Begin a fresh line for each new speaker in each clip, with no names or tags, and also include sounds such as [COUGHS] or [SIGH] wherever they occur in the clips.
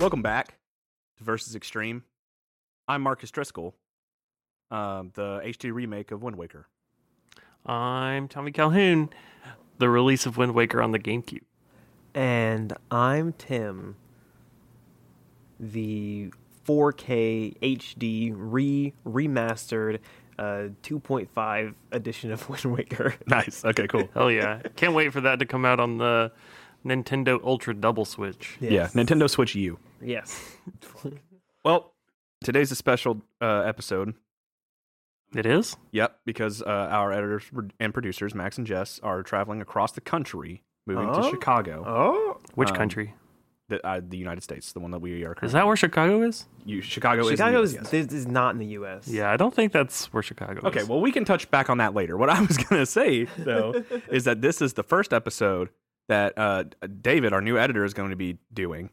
Welcome back to Versus Extreme. I'm Marcus Driscoll, um, the HD remake of Wind Waker.
I'm Tommy Calhoun. The release of Wind Waker on the GameCube.
And I'm Tim, the 4K HD re remastered uh, 2.5 edition of [LAUGHS] Wind Waker.
[LAUGHS] Nice. Okay, cool.
Hell yeah! Can't wait for that to come out on the Nintendo Ultra Double Switch.
Yes.
[LAUGHS] Yeah, Nintendo Switch U. [LAUGHS]
Yes.
Well, today's a special uh, episode.
It is.
Yep, because uh, our editors and producers, Max and Jess, are traveling across the country, moving to
Oh.
Chicago,
oh.
Which
Um,
country
the, uh, the United States, the one that we are currently.
is that? Where Chicago is?
you, Chicago, is in the
Chicago is,
US.
this is not in the U.S.
Yeah, I don't think that's where Chicago.
Okay,
is.
well, we can touch back on that later. What I was [LAUGHS] going to say, though, is that this is the first episode that uh, David, our new editor, is going to be doing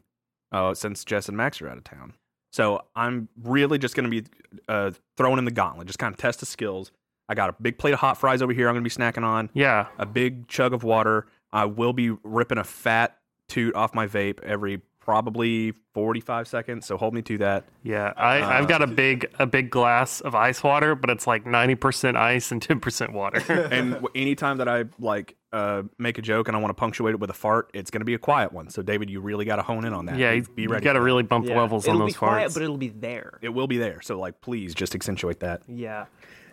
uh, since Jess and Max are out of town. So I'm really just going to be uh, throwing in the gauntlet, just kind of test the skills. I got a big plate of hot fries over here I'm going to be snacking on,
yeah,
a big chug of water. I will be ripping a fat toot off my vape every probably 45 seconds. So hold me to that.
yeah. I,
Uh,
I've got a big a big glass of ice water, but it's like ninety percent ice and [LAUGHS] ten percent
[LAUGHS]
water.
and w- anytime that I like uh, make a joke and I want to punctuate it with a fart, it's going to be a quiet one. So David, you really got to hone in on that.
yeah, you,
be ready.
got to really bump the
Yeah.
levels
it'll
on those
be quiet,
farts.
but it'll be there.
it will be there. So like, please just accentuate that.
Yeah.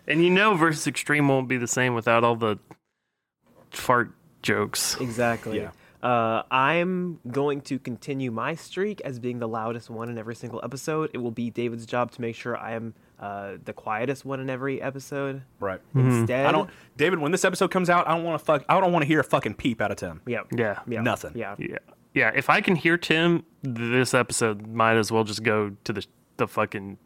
and you know, versus extreme won't be the same without all the fart jokes.
Exactly.
Yeah.
Uh, I'm going to continue my streak as being the loudest one in every single episode. It will be David's job to make sure I am uh, the quietest one in every episode.
Right.
Instead,
Mm-hmm. I don't, David. When this episode comes out, I don't want to fuck. I don't want to hear a fucking peep out of Tim.
Yeah.
Yeah.
Yeah.
Nothing.
Yeah.
Yeah. Yeah. If I can hear Tim, this episode might as well just go to the the fucking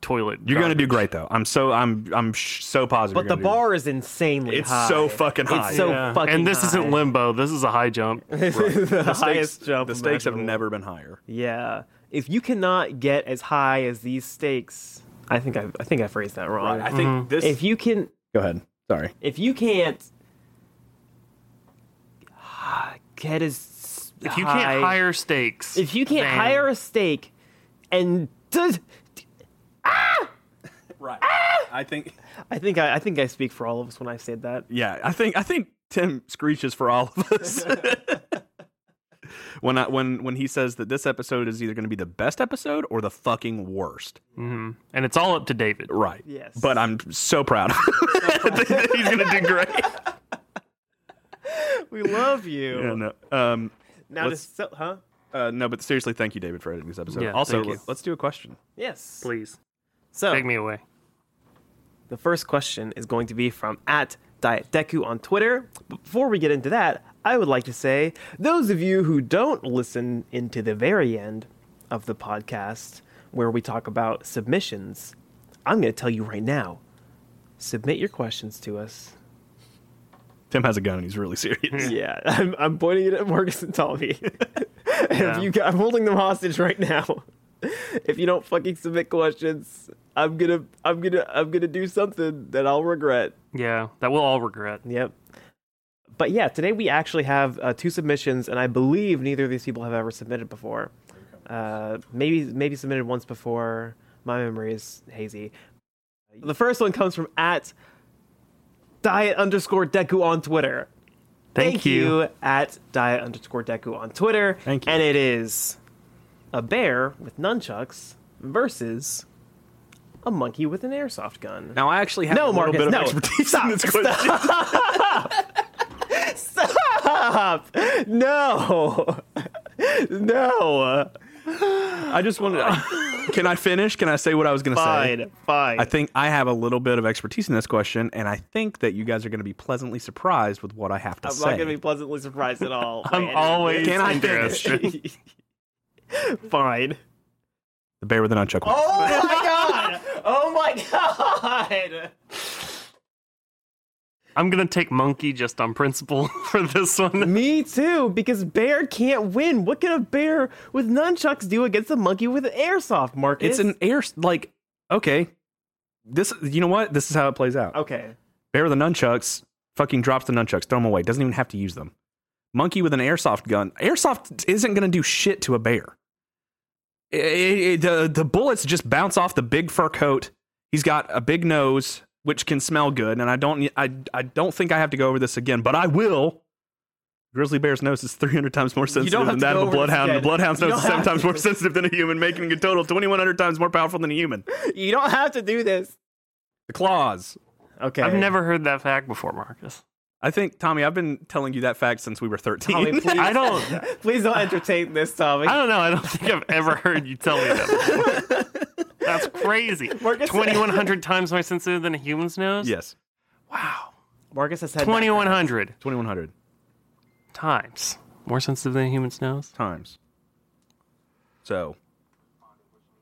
toilet.
You're going to do great
garbage.
though. I'm so I'm I'm sh- so positive.
But
you're
the
gonna do-
bar is insanely
It's
high.
so fucking high.
It's so
Yeah.
fucking.
And this isn't
high.
limbo. This is a high
[LAUGHS]
jump.
the
the stakes-
highest jump.
The stakes have
imaginable.
never been higher.
Yeah. If you cannot get as high as these stakes, I think I, I think I phrased that wrong.
I think this.
Mm-hmm. If you can,
go ahead. Sorry.
if you can't get as
If you can't hire stakes,
if you can't
then-
hire a steak and does
Right. I think.
I think I, I think I speak for all of us when I said that.
Yeah, I think I think Tim screeches for all of [LAUGHS] us. when I when when he says that this episode is either going to be the best episode or the fucking worst.
and it's all up to David.
Right.
Yes.
But I'm so proud. of him. I think [LAUGHS] that He's going to do [LAUGHS] great.
We love you.
Yeah, no. Um
Now
Let's-
this so, huh?
uh, no, but seriously, thank you David for editing this episode.
Yeah,
also,
thank you.
let- let's do a question.
Yes.
Please
So
take me away.
the first question is going to be from at Diet Deku on Twitter. But before we get into that, I would like to say those of you who don't listen into the very end of the podcast where we talk about submissions, I'm going to tell you right now. Submit your questions to us
Tim has a gun and he's really serious.
Yeah, [LAUGHS] I'm, I'm pointing it at Marcus and Tommy. [LAUGHS]
Yeah.
If you, got- I'm holding them hostage right now. [LAUGHS] if you don't fucking submit questions, I'm gonna, I'm gonna, I'm gonna do something that I'll regret.
Yeah, that we'll all regret.
Yep. But yeah, today we actually have uh, two submissions, and I believe neither of these people have ever submitted before. Uh, maybe, maybe submitted once before. My memory is hazy. The first one comes from at diet underscore deku on Twitter.
Thank, you.
at diet underscore deku on Twitter.
Thank you.
And it is a bear with nunchucks versus a monkey with an
[LAUGHS]
airsoft gun.
[LAUGHS] Now I actually have a
No,
little
Marcus,
bit of
no.
expertise in this question.
Stop! No, no.
I just wanted. can I finish? Can I say what I was going to say?
Fine, fine.
I think I have a little bit of expertise in this question, and I think that you guys are going to be pleasantly surprised with what I have to
I'm
say.
not gonna be pleasantly surprised at all.
I'm always
Can I finish?
interested.
[LAUGHS] fine.
the bear with an unchuckle.
[LAUGHS] Oh my god! Oh my god!
[LAUGHS] I'm gonna take monkey just on principle [LAUGHS] for this one.
[LAUGHS] Me too, because bear can't win. What can a bear with nunchucks do against a monkey with an airsoft, Marcus?
it's an air like okay. This you know what? This is how it plays out.
okay.
Bear with the nunchucks fucking drops the nunchucks, throw them away. Doesn't even have to use them. Monkey with an airsoft gun. Airsoft isn't going to do shit to a bear. it, it, the the bullets just bounce off the big fur coat. He's got a big nose, which can smell good, and I don't I I don't think I have to go over this again, but I will. Grizzly bear's nose is 300 times more sensitive
have
than
to
that of a
go over this
bloodhound. and The
again.
bloodhound's
You
nose
don't
is seven
have
times
to.
more [LAUGHS] sensitive than a human, making it a total 2,100 times more powerful than a human.
You don't have to do this.
The claws.
Okay.
I've never heard that fact before, Marcus.
I think Tommy, I've been telling you that fact since we were 13.
Tommy, please,
I don't.
please don't entertain this, Tommy.
I don't know. I don't think I've ever heard you tell me that. Before.
[LAUGHS]
That's crazy.
Marcus-
Twenty one hundred times more sensitive than a human's
[LAUGHS]
nose.
yes,
Wow.
Marcus has had
Twenty one hundred
2,100
times more sensitive than a human's nose.
times. So,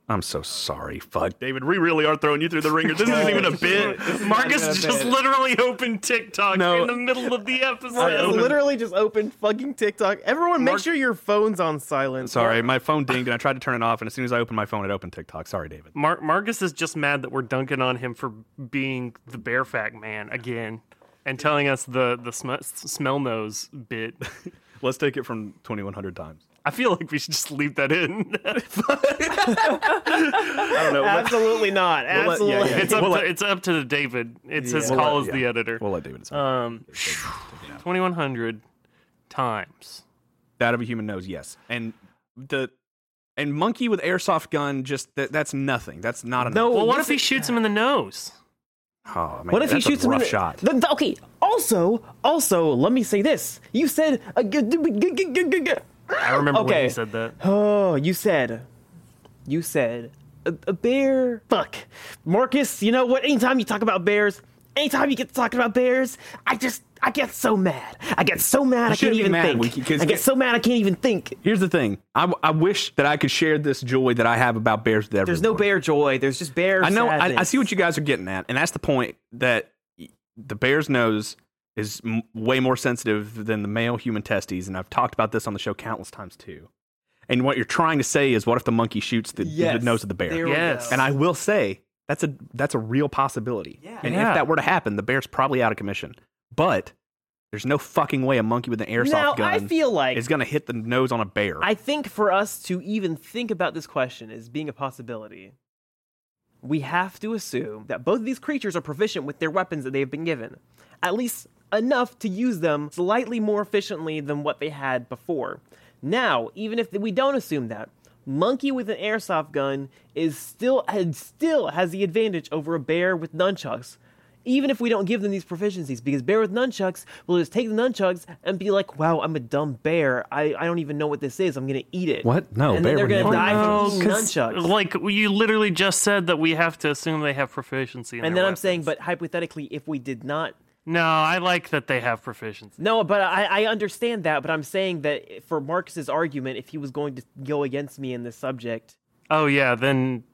I'm so sorry, fuck, David. We really are throwing you through the ringer. This isn't even [LAUGHS] a bit.
Marcus just literally opened TikTok
No.
in the middle of the
Marcus
episode.
literally just opened fucking TikTok. Everyone, make
Mark-
sure your phone's on silent.
Sorry, my phone dinged and I tried to turn it off, and as soon as I opened my phone, it opened TikTok. Sorry, David.
Mar- Marcus is just mad that we're dunking on him for being the bear fact man again and telling us the the sm- s- smell nose bit.
Let's take it from 2,100 times.
I feel like we should just leave that in. [LAUGHS]
I don't know. but-
Absolutely not.
let- yeah,
Absolutely.
yeah.
it's up
Well,
to it's up to David. It's his
We'll
call
let-
as
yeah.
the editor.
We'll let David decide.
um, twenty one hundred times.
that of a human nose, yes. And the and monkey with airsoft gun, just that, that's nothing. That's not enough.
No.
Well, what
listen-
if he shoots him in the nose?
Oh, man,
What if
that's
he shoots
a
him in
rough
the,
shot?
the- the- okay. Also, also, let me say this. You said. Uh, g- g- g- g- g- g-
I remember when
Okay.
he said that.
oh, you said. You said a, a bear. Fuck, Marcus. You know what? Anytime you talk about bears, anytime you get to talking about bears, I just I get so mad. I get so mad. I can't
shouldn't be
even
mad,
think.
Wiki, 'cause-
I get so mad. I can't even think.
Here's the thing. I, I wish that I could share this joy that I have about bears with everyone.
There's no bear joy. There's just bear.
I know. I, I see what you guys are getting at, and that's the point that the bear's nose is m- way more sensitive than the male human testes, and I've talked about this on the show countless times too. And what you're trying to say is, what if the monkey shoots the, the nose of the bear?
Yes.
and I will say that's a that's a real possibility.
Yeah.
And
Yeah.
if that were to happen, the bear's probably out of commission. But there's no fucking way a monkey with an airsoft
now
gun
I feel like
is going to hit the nose on a bear.
I think for us to even think about this question as being a possibility, we have to assume that both of these creatures are proficient with their weapons that they've been given, at least enough to use them slightly more efficiently than what they had before. Now, even if we don't assume that, Monkey with an airsoft gun is still had still has the advantage over a bear with nunchucks. Even if we don't give them these proficiencies, because bear with nunchucks will just take the nunchucks and be like, "Wow, I'm a dumb bear. I, I don't even know what this is. I'm gonna eat it."
What? No,
and
bear
then they're
would
gonna
never
die
No,
from eating
Oh, 'cause,
nunchucks.
Like you literally just said that we have to assume they have proficiency. In
and
their
then I'm
weapons.
saying, but hypothetically, if we did not,
no, I like that they have proficiency.
no, but I, I understand that. But I'm saying that for Marcus's argument, if he was going to go against me in this subject,
Oh yeah, then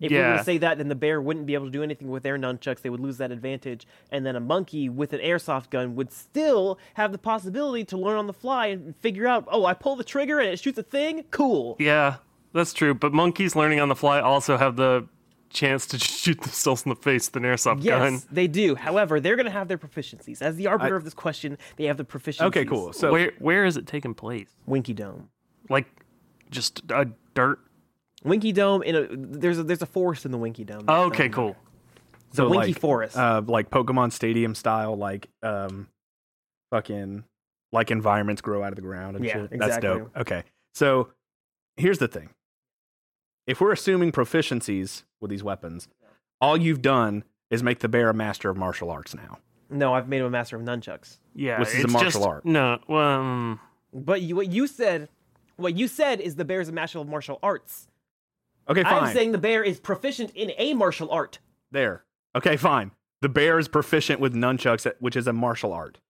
If we were
yeah,
to say that, then the bear wouldn't be able to do anything with their nunchucks. They would lose that advantage. And then a monkey with an airsoft gun would still have the possibility to learn on the fly and figure out, oh, I pull the trigger and it shoots a thing? Cool.
yeah, that's true. But monkeys learning on the fly also have the chance to [LAUGHS] just shoot themselves in the face with an airsoft
Yes,
gun.
they do. However, they're going to have their proficiencies. As the arbiter of this question, they have the proficiencies.
Okay, cool. So
where where is it taking place?
Winky Dome.
Like just a dirt.
Winky Dome in a there's a there's a forest in the Winky Dome.
Oh, Okay, cool.
It's a
So,
Winky
like,
Forest.
uh, like Pokemon Stadium style, like um, fucking like environments grow out of the ground and
Yeah,
shit. That's
exactly.
dope. Okay, so here's the thing: if we're assuming proficiencies with these weapons, all you've done is make the bear a master of martial arts now.
no, I've made him a master of nunchucks.
Yeah,
Which is a
it's
martial
just-
art.
No, well, um,
But you, what you said, what you said is the bear's a master of martial arts.
Okay, fine.
I'm saying the bear is proficient in a martial art.
there. Okay, fine. The bear is proficient with nunchucks, eh, which is a martial art,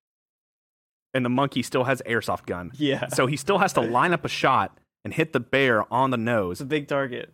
and the monkey still has airsoft gun.
Yeah.
So he still has to line up a shot and hit the bear on the nose.
It's a big target.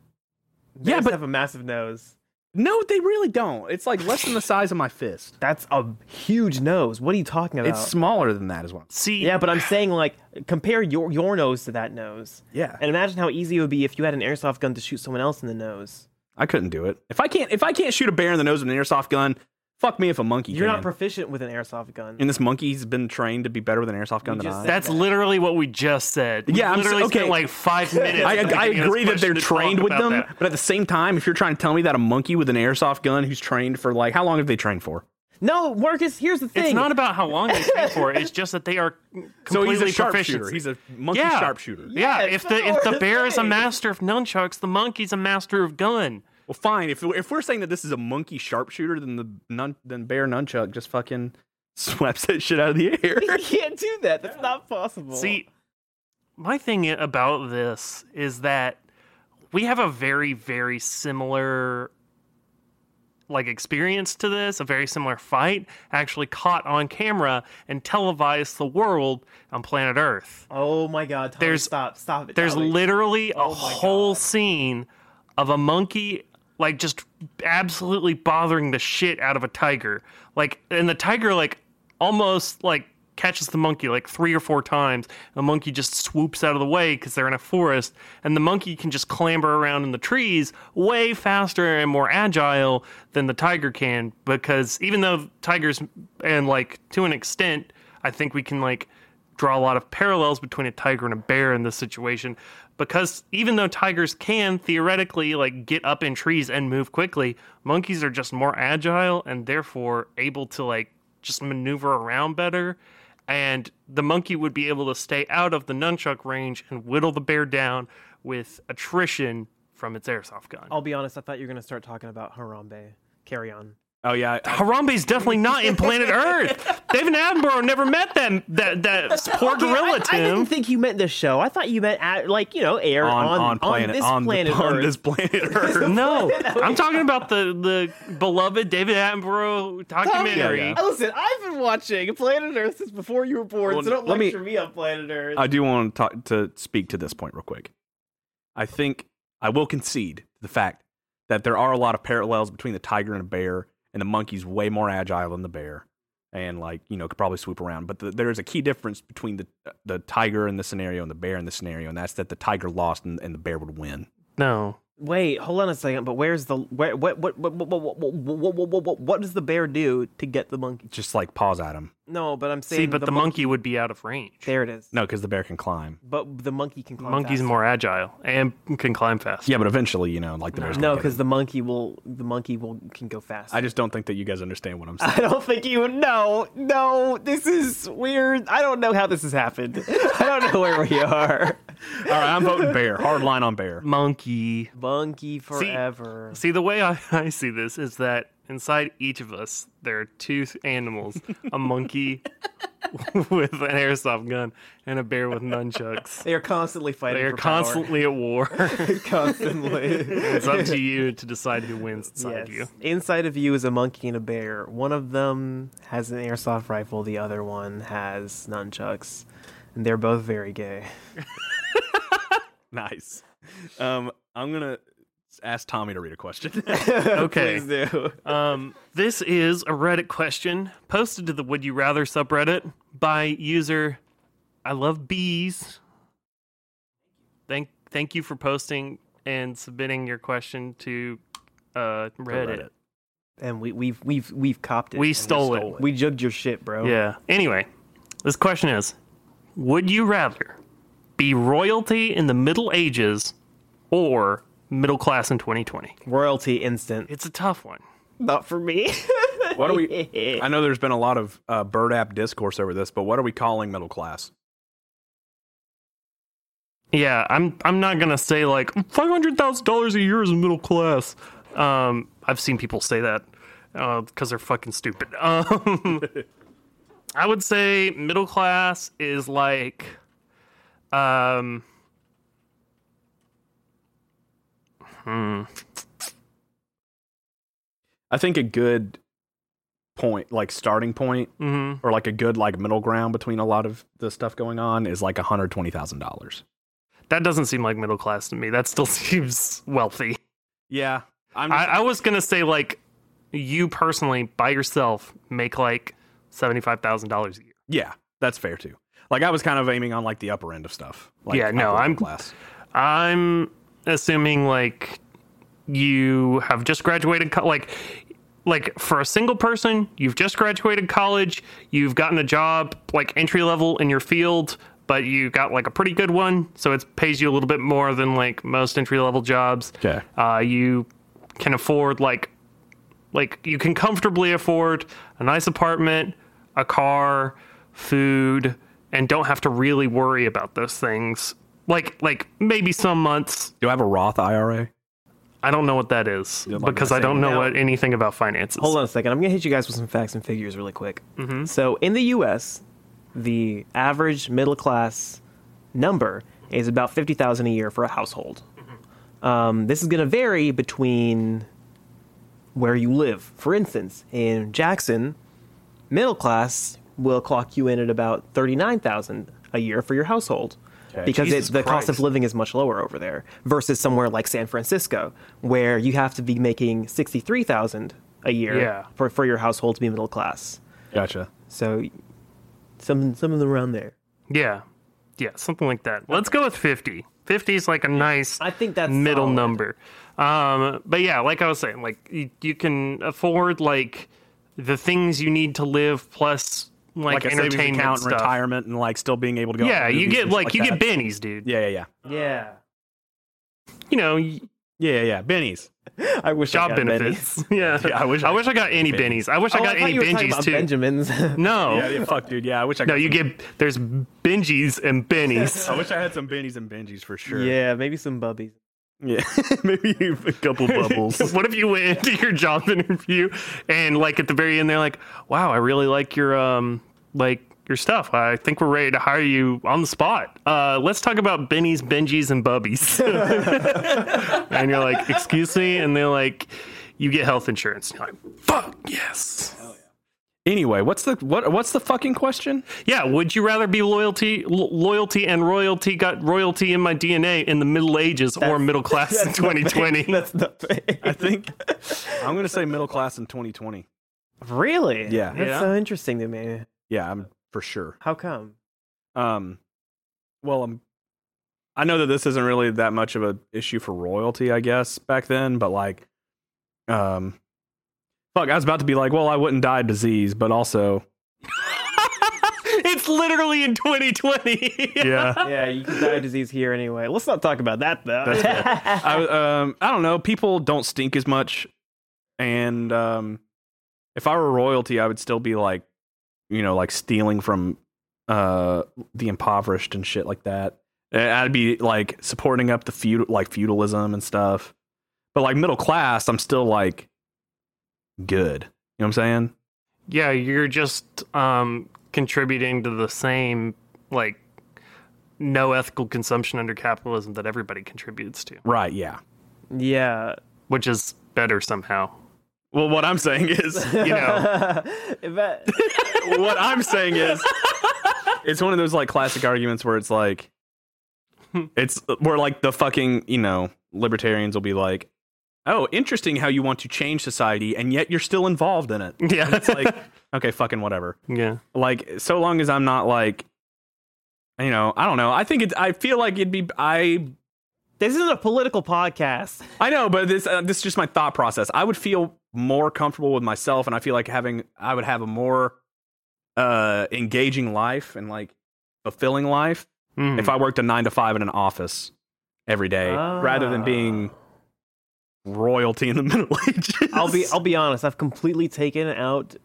Yeah,
Bears
but-
have a massive nose.
No, they really don't. It's like less than the size of my fist.
That's a huge nose. What are you talking about?
It's smaller than that as well.
see,
yeah, but I'm saying like compare your your nose to that nose.
Yeah.
And imagine how easy it would be if you had an airsoft gun to shoot someone else in the nose.
I couldn't do it. If I can't if I can't shoot a bear in the nose with an airsoft gun, Fuck me if a monkey.
You're
can.
not proficient with an airsoft gun.
and this monkey's been trained to be better with an airsoft gun
You
than
just
I.
said-
That's literally what we just said. We
Yeah, I'm s-
literally
okay.
spent like five
[LAUGHS]
minutes.
I,
at the
I
beginning of this
agree that they're
question to talk
trained with
about
them,
that.
but at the same time, if you're trying to tell me that a monkey with an airsoft gun who's trained for like how long have they trained for?
no, Marcus. Here's the thing.
It's not about how long they
[LAUGHS]
train for. It's just that they are
So he's
completely
a sharpshooter.
proficient.
He's a monkey
Yeah.
sharpshooter.
yeah,
Yeah,
if
that's
the
what
if
we're
the bear is a
saying.
master of nunchucks, the monkey's a master of gun.
Well, fine. If if we're saying that this is a monkey sharpshooter, then the nun, then bear nunchuck just fucking [LAUGHS] swept that shit out of the air.
[LAUGHS] you can't do that. That's not possible.
See, my thing i- about this is that we have a very, very similar like experience to this, a very similar fight actually caught on camera and televised the world on planet Earth.
Oh my God. Tommy,
There's-
stop. Stop it.
There's
Tommy.
literally a
my
whole scene of a monkey like just absolutely bothering the shit out of a tiger. Like and the tiger like almost like catches the monkey like three or four times. The monkey just swoops out of the way cuz they're in a forest and the monkey can just clamber around in the trees way faster and more agile than the tiger can because even though tigers and like to an extent I think we can like draw a lot of parallels between a tiger and a bear in this situation because even though tigers can theoretically like get up in trees and move quickly monkeys are just more agile and therefore able to like just maneuver around better and the monkey would be able to stay out of the nunchuck range and whittle the bear down with attrition from its airsoft gun.
I'll be honest. I thought you were gonna start talking about Harambe. Carry on.
Oh yeah, I-
Harambe's definitely not in
[LAUGHS]
planet Earth. David Attenborough never met that that
[LAUGHS]
that poor
Okay, I-
gorilla.
I, didn't
Tim.
think you meant this show. I thought you meant at, like you know air
[LAUGHS] on,
on
on planet
this
on,
planet
the, [LAUGHS] on
Earth. Uh,
this planet Earth.
No, I'm talking about the the beloved David Attenborough documentary.
Yeah,
Listen, I've been watching Planet Earth since before you were born,
Well,
so don't
let me- Uh,
lecture me, on Planet Earth.
I do want to talk to speak to this point real quick. I think I will concede the fact that there are a lot of parallels between the tiger and a bear, and the monkey's way more agile than the bear, and like you know could probably swoop around. But the, there is a key difference between the the tiger in the scenario and the bear in the scenario, and that's that the tiger lost and, and the bear would win.
No,
Wait, hold on a second. But where's the where, what, what, what, what, what, what, what, what, what, what, what does the bear do to get the monkey?
Just like paws at him.
No, but I'm saying.
see, but the, monkey would be out of range.
There it is.
No, because the bear can climb.
But the monkey can climb.
Monkey's
faster.
more agile and can climb fast.
Yeah, but eventually, you know, like the bear's
No,
gonna get
because
him.
the monkey will. The monkey will can go fast.
I just don't think that you guys understand what I'm
[LAUGHS]
saying.
I [LAUGHS] don't think you know. No, this is weird. I don't know how this has happened. [LAUGHS] I don't know where we are.
All right, I'm voting bear. Hard line on bear.
Monkey.
Monkey forever.
See, the way I, [LAUGHS] I see this is that inside each of us, there are two animals a
[LAUGHS]
monkey with an airsoft gun and a bear with nunchucks.
They are constantly fighting.
They are
for power. [LAUGHS]
constantly at war.
constantly.
it's up to you to decide who wins inside
Yes.
you.
Inside of you is a monkey and a bear. One of them has an airsoft rifle. The other one has nunchucks, and they're both very [LAUGHS] gay.
Nice. Um, I'm gonna ask Tommy to read a question. [LAUGHS]
Okay.
Please do.
Um, this is a Reddit question posted to the Would You Rather subreddit by user I love bees. Thank thank you for posting and submitting your question to uh, Reddit.
Reddit.
And we, we've we've we've copped it.
We stole,
stole
it.
we jugged your shit, bro.
Yeah. Anyway, this question is Would you rather be royalty in the Middle Ages or middle class in 2020?
Royalty instant.
It's a tough one.
Not for me. [LAUGHS]
what are
[LAUGHS]
we? I know there's been a lot of uh, bird app discourse over this, but what are we calling middle class?
Yeah, I'm I'm not gonna say like five hundred thousand dollars a year is middle class. Um, I've seen people say that because they're fucking stupid. [LAUGHS] Um, I would say middle class is like, um, hmm,
I think a good point, like starting point,
mhm.
or like a good like middle ground between a lot of the stuff going on is like hundred twenty thousand dollars.
that doesn't seem like middle class to me. That still [LAUGHS] seems wealthy.
Yeah, I'm.
I, I was gonna say like you personally by yourself make like seventy five thousand dollars a year.
yeah, that's fair too. Like I was kind of aiming on like the upper end of stuff. Like,
Yeah, no,
upper
I'm-
class.
I'm assuming like you have just graduated co- like like for a single person, you've just graduated college, you've gotten a job like entry level in your field, but you got like a pretty good one, so it pays you a little bit more than like most entry level jobs.
Okay.
Uh, you can afford like like you can comfortably afford a nice apartment, a car, food, and don't have to really worry about those things. Like like maybe some months
Do I have a Roth IRA?
I don't know what that is
like
because
that
I don't know
now.
what anything about finances.
Hold on a second. I'm going to hit you guys with some facts and figures really quick.
Mm-hmm.
So, in the US, the average middle class number is about 50,000 a year for a household.
Mm-hmm.
Um, this is going to vary between where you live. For instance, in Jackson, middle class will clock you in at about 39,000 a year for your household. Because
Jesus
it, the cost of
Christ.
living is much lower over there versus somewhere like San Francisco, where you have to be making sixty three thousand a year
Yeah.
for, for your household to be middle class.
Gotcha.
So, some some of them around there.
Yeah. Yeah, something like that. Let's go with 50. 50 is like a nice
I think that's
middle
solid.
number. Um, but yeah, like I was saying, like you, you can afford like the things you need to live plus
Like,
like,
a savings
entertainment
account and
stuff.
retirement and like still being able to go. out
yeah,
to
you
movies
get
and
like,
shit
you
that.
get bennies, dude.
Yeah, yeah,
Yeah,
You know, y-
yeah, yeah, yeah. Bennies.
I wish I
job
got many.
benefits. [LAUGHS] yeah.
Yeah, I wish I
I got any bennies. I wish I
Oh,
got
thought
any
you were talking
Benjis
about
too.
Benjamins.
[LAUGHS] No.
Yeah, yeah, [LAUGHS] fuck, dude. Yeah, I wish I.
No,
got
you
some-
get there's Benjis and bennies.
I wish I had some bennies and benjis for sure.
yeah, maybe some bubbies.
[LAUGHS] yeah. [LAUGHS] Maybe a [LAUGHS] couple bubbles.
[LAUGHS] what if you went into your job [LAUGHS] interview and like at the very end they're like, "Wow, I really like your um like your stuff. I think we're ready to hire you on the spot. Uh, let's talk about Bennies, Benjis, and Bubbies." [LAUGHS] and you're like, "Excuse me," and they're like, "You get health insurance." And you're like, "Fuck yes."
anyway, what's the what? What's the fucking question?
Yeah, would you rather be loyalty, lo- loyalty, and royalty? Got royalty in my DNA in the Middle Ages or middle class in [LAUGHS] 2020?
That's not
I think I'm gonna say middle class in 2020.
really.
Yeah.
that's
Yeah.
so interesting to me.
Yeah, I'm for sure.
How
[LAUGHS]
come?
Um, well, I'm. I know that this isn't really that much of a issue for royalty, I guess, back then, but like, um, fuck, I was about to be like, well, I wouldn't die of disease, but also,
it's literally in [LAUGHS] 2020.
yeah,
Yeah, you can die of disease here anyway. Let's not talk about that though.
I was- um, I don't know. People don't stink as much, and um, if I were royalty, I would still be like, you know, like stealing from uh the impoverished and shit like that. And I'd be like supporting up the feud like feudalism and stuff. But like middle class, I'm still like good. You know what I'm saying?
Yeah, you're just um, contributing to the same like no ethical consumption under capitalism that everybody contributes to,
Right? Yeah.
[LAUGHS] yeah,
which is better somehow.
Well, what I'm saying
[LAUGHS]
is,
You know,
But-
what I'm saying is, it's one of those like classic arguments where it's like, it's where like the fucking you know libertarians will be like, oh, interesting how you want to change society and yet you're still involved in it.
[LAUGHS] yeah,
It's
[LAUGHS]
like, okay, fucking whatever.
yeah,
Like, so long as I'm not like, you know, I don't know. I think it. I feel like it'd be I.
this isn't a political podcast.
I know, but this uh, this is just my thought process. I would feel more comfortable with myself, and I feel like having I would have a more uh engaging life and like fulfilling life
Mm.
if I worked a nine to five in an office every day rather than being royalty in the [LAUGHS] Middle Ages.
I'll be I'll be honest. I've completely taken out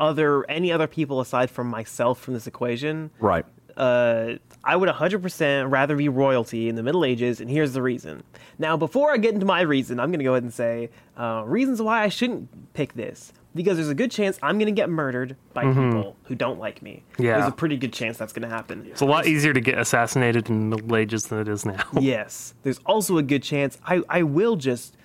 other any other people aside from myself from this equation.
right.
Uh, I would 100% rather be royalty in the Middle Ages, and here's the reason. Now, before I get into my reason, I'm going to go ahead and say uh, reasons why I shouldn't pick this because there's a good chance I'm going to get murdered by people who don't like me.
Mm-hmm. Yeah.
there's a pretty good chance that's going to happen.
it's a lot easier to get assassinated in the Middle Ages than it is now.
Yes. There's also a good chance I, I will just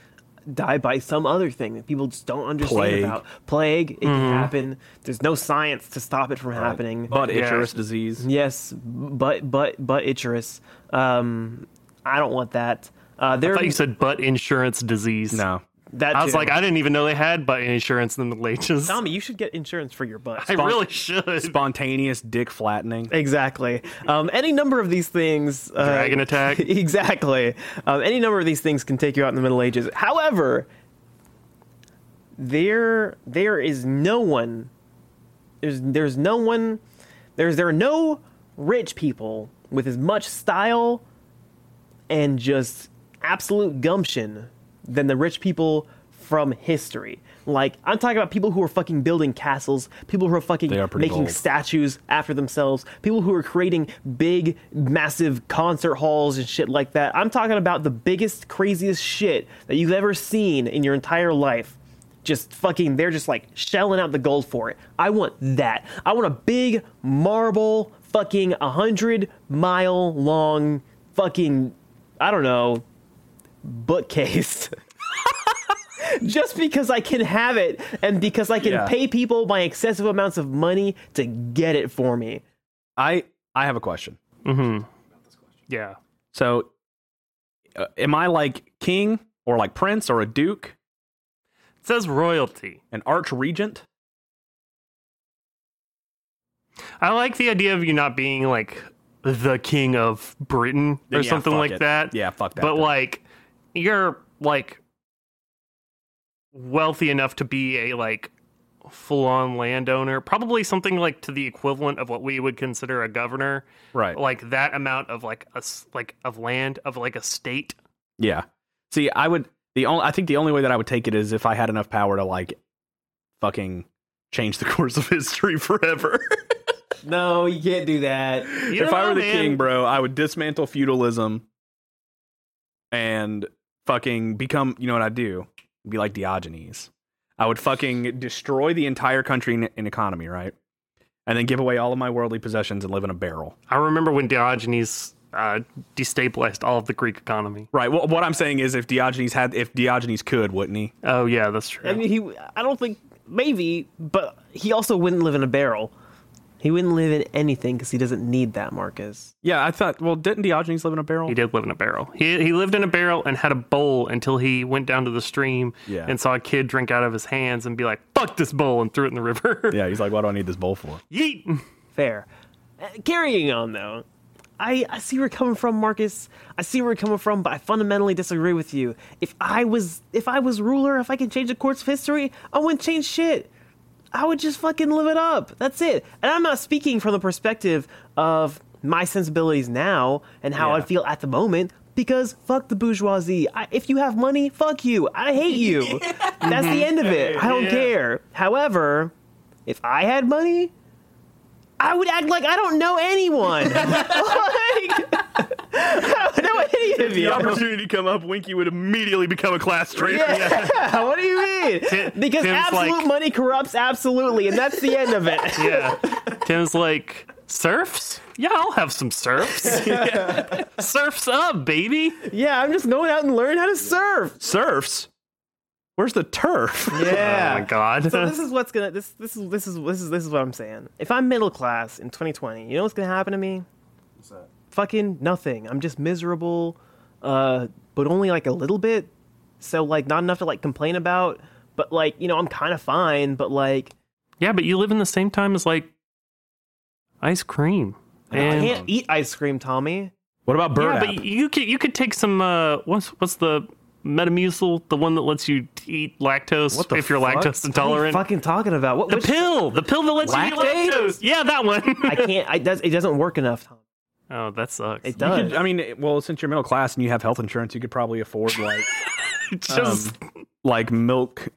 die by some other thing that people just don't understand
Plague.
about. Plague, it can
Mm-hmm.
happen. There's no science to stop it from happening.
But
Yeah.
Icarus disease.
yes, but but but Icarus. Um I don't want that. Uh
I
there
thought you said butt insurance disease.
No.
that
I was
too.
like, I didn't even know they had butt insurance in the Middle Ages.
Tommy, you should get insurance for your
[LAUGHS]
butt.
I really should.
Spontaneous dick flattening.
Exactly. Um, any number of these things. Uh,
Dragon
[LAUGHS]
attack.
Exactly. Um, any number of these things can take you out in the Middle Ages. However, there there is no one there's there's no one there's there are no rich people with as much style and just absolute gumption than the rich people from history. Like I'm talking about people who are fucking building castles, people who are fucking
They are pretty
making
bold.
statues after themselves, people who are creating big massive concert halls and shit like that. I'm talking about the biggest craziest shit that you've ever seen in your entire life just fucking they're just like shelling out the gold for it. I want that. I want a big marble fucking 100 mile long fucking I don't know bookcase. [LAUGHS] just because I can have it and because I can
Yeah.
pay people my excessive amounts of money to get it for me.
I I have a question.
Mm-hmm. Yeah.
So, uh, am I like king or like prince or a duke,
It says royalty.
an arch regent?
I like the idea of you not being like the king of Britain or
Then yeah,
something
fuck
like
it.
that.
Yeah, fuck that.
But
then.
like you're like wealthy enough to be a like full on landowner, probably something like to the equivalent of what we would consider a governor,
right?
like that amount of like a s- like of land of like a state.
Yeah. See, I would the only I think the only way that I would take it is if I had enough power to like fucking change the [LAUGHS] course of history forever.
No, you can't do that.
You
if
don't
I
know,
were the
man.
king, bro, I would dismantle feudalism and fucking become, you know what I do? Be like Diogenes. I would fucking destroy the entire country and- and economy, right? And then give away all of my worldly possessions and live in a barrel.
I remember when Diogenes uh, destabilized all of the Greek economy.
Right. Well, what I'm saying is if Diogenes had if Diogenes could, wouldn't he?
Oh yeah, that's true.
I mean, he. I don't think maybe, but he also wouldn't live in a barrel. He wouldn't live in anything because he doesn't need that, Marcus.
Yeah, I thought well, didn't Diogenes live in a barrel?
He did live in a barrel. He he lived in a barrel and had a bowl until he went down to the stream
Yeah.
and saw a kid drink out of his hands and be like, "Fuck this bowl," and threw it in the river. [LAUGHS]
Yeah, he's like, what do I need this bowl for?
Yeet.
Fair. Uh, carrying on though, I I see where you're coming from, Marcus. I see where you're coming from, but I fundamentally disagree with you. If I was if I was ruler, if I can change the course of history, I wouldn't change shit. I would just fucking live it up. That's it. And I'm not speaking from the perspective of my sensibilities now and how I
Yeah.
feel at the moment because fuck the bourgeoisie. I, if you have money, fuck you. I
[LAUGHS]
hate you. That's the end of it. I don't
Yeah.
care. However, if I had money, I would act like I don't know
[LAUGHS]
anyone. [LAUGHS] like, I don't know any of
The
you.
opportunity come up, Winky would immediately become a class traitor.
Yeah. [LAUGHS] what do you mean?
Tim-
Because
Tim's
absolute
like-
money corrupts absolutely, and that's the end of it.
[LAUGHS] Yeah. Tim's like, "Surfs? Yeah, I'll have some
[LAUGHS]
surfs. Surfs up, baby."
Yeah, I'm just going out and learning how to surf.
Surfs? Where's the turf?
[LAUGHS] Yeah.
Oh my god.
So this is what's gonna this this is this is this is this is what I'm saying. If I'm middle class in 2020, you know what's gonna happen to me? Fucking nothing. I'm just miserable, uh, but only like a little bit. So like not enough to like complain about. But like you know I'm kind of fine. But like
yeah, but you live in the same time as like ice cream.
I
And
can't eat ice cream, Tommy.
What about bird
yeah,
app?
but you could you could take some uh what's what's the Metamucil, the one that lets you eat lactose
What the
if you're
fuck?
lactose
What are you
intolerant.
fucking talking about what?
The
which-
pill, the pill that lets
Lactate?
you eat lactose. Yeah, that one.
I can't. I does it doesn't work enough, Tommy.
[LAUGHS] oh, that sucks.
It
You
does.
um,
could- I mean, it- well, since you're middle class and you have health insurance, you could probably afford
[LAUGHS]
like
It's [LAUGHS] just
um, like milk.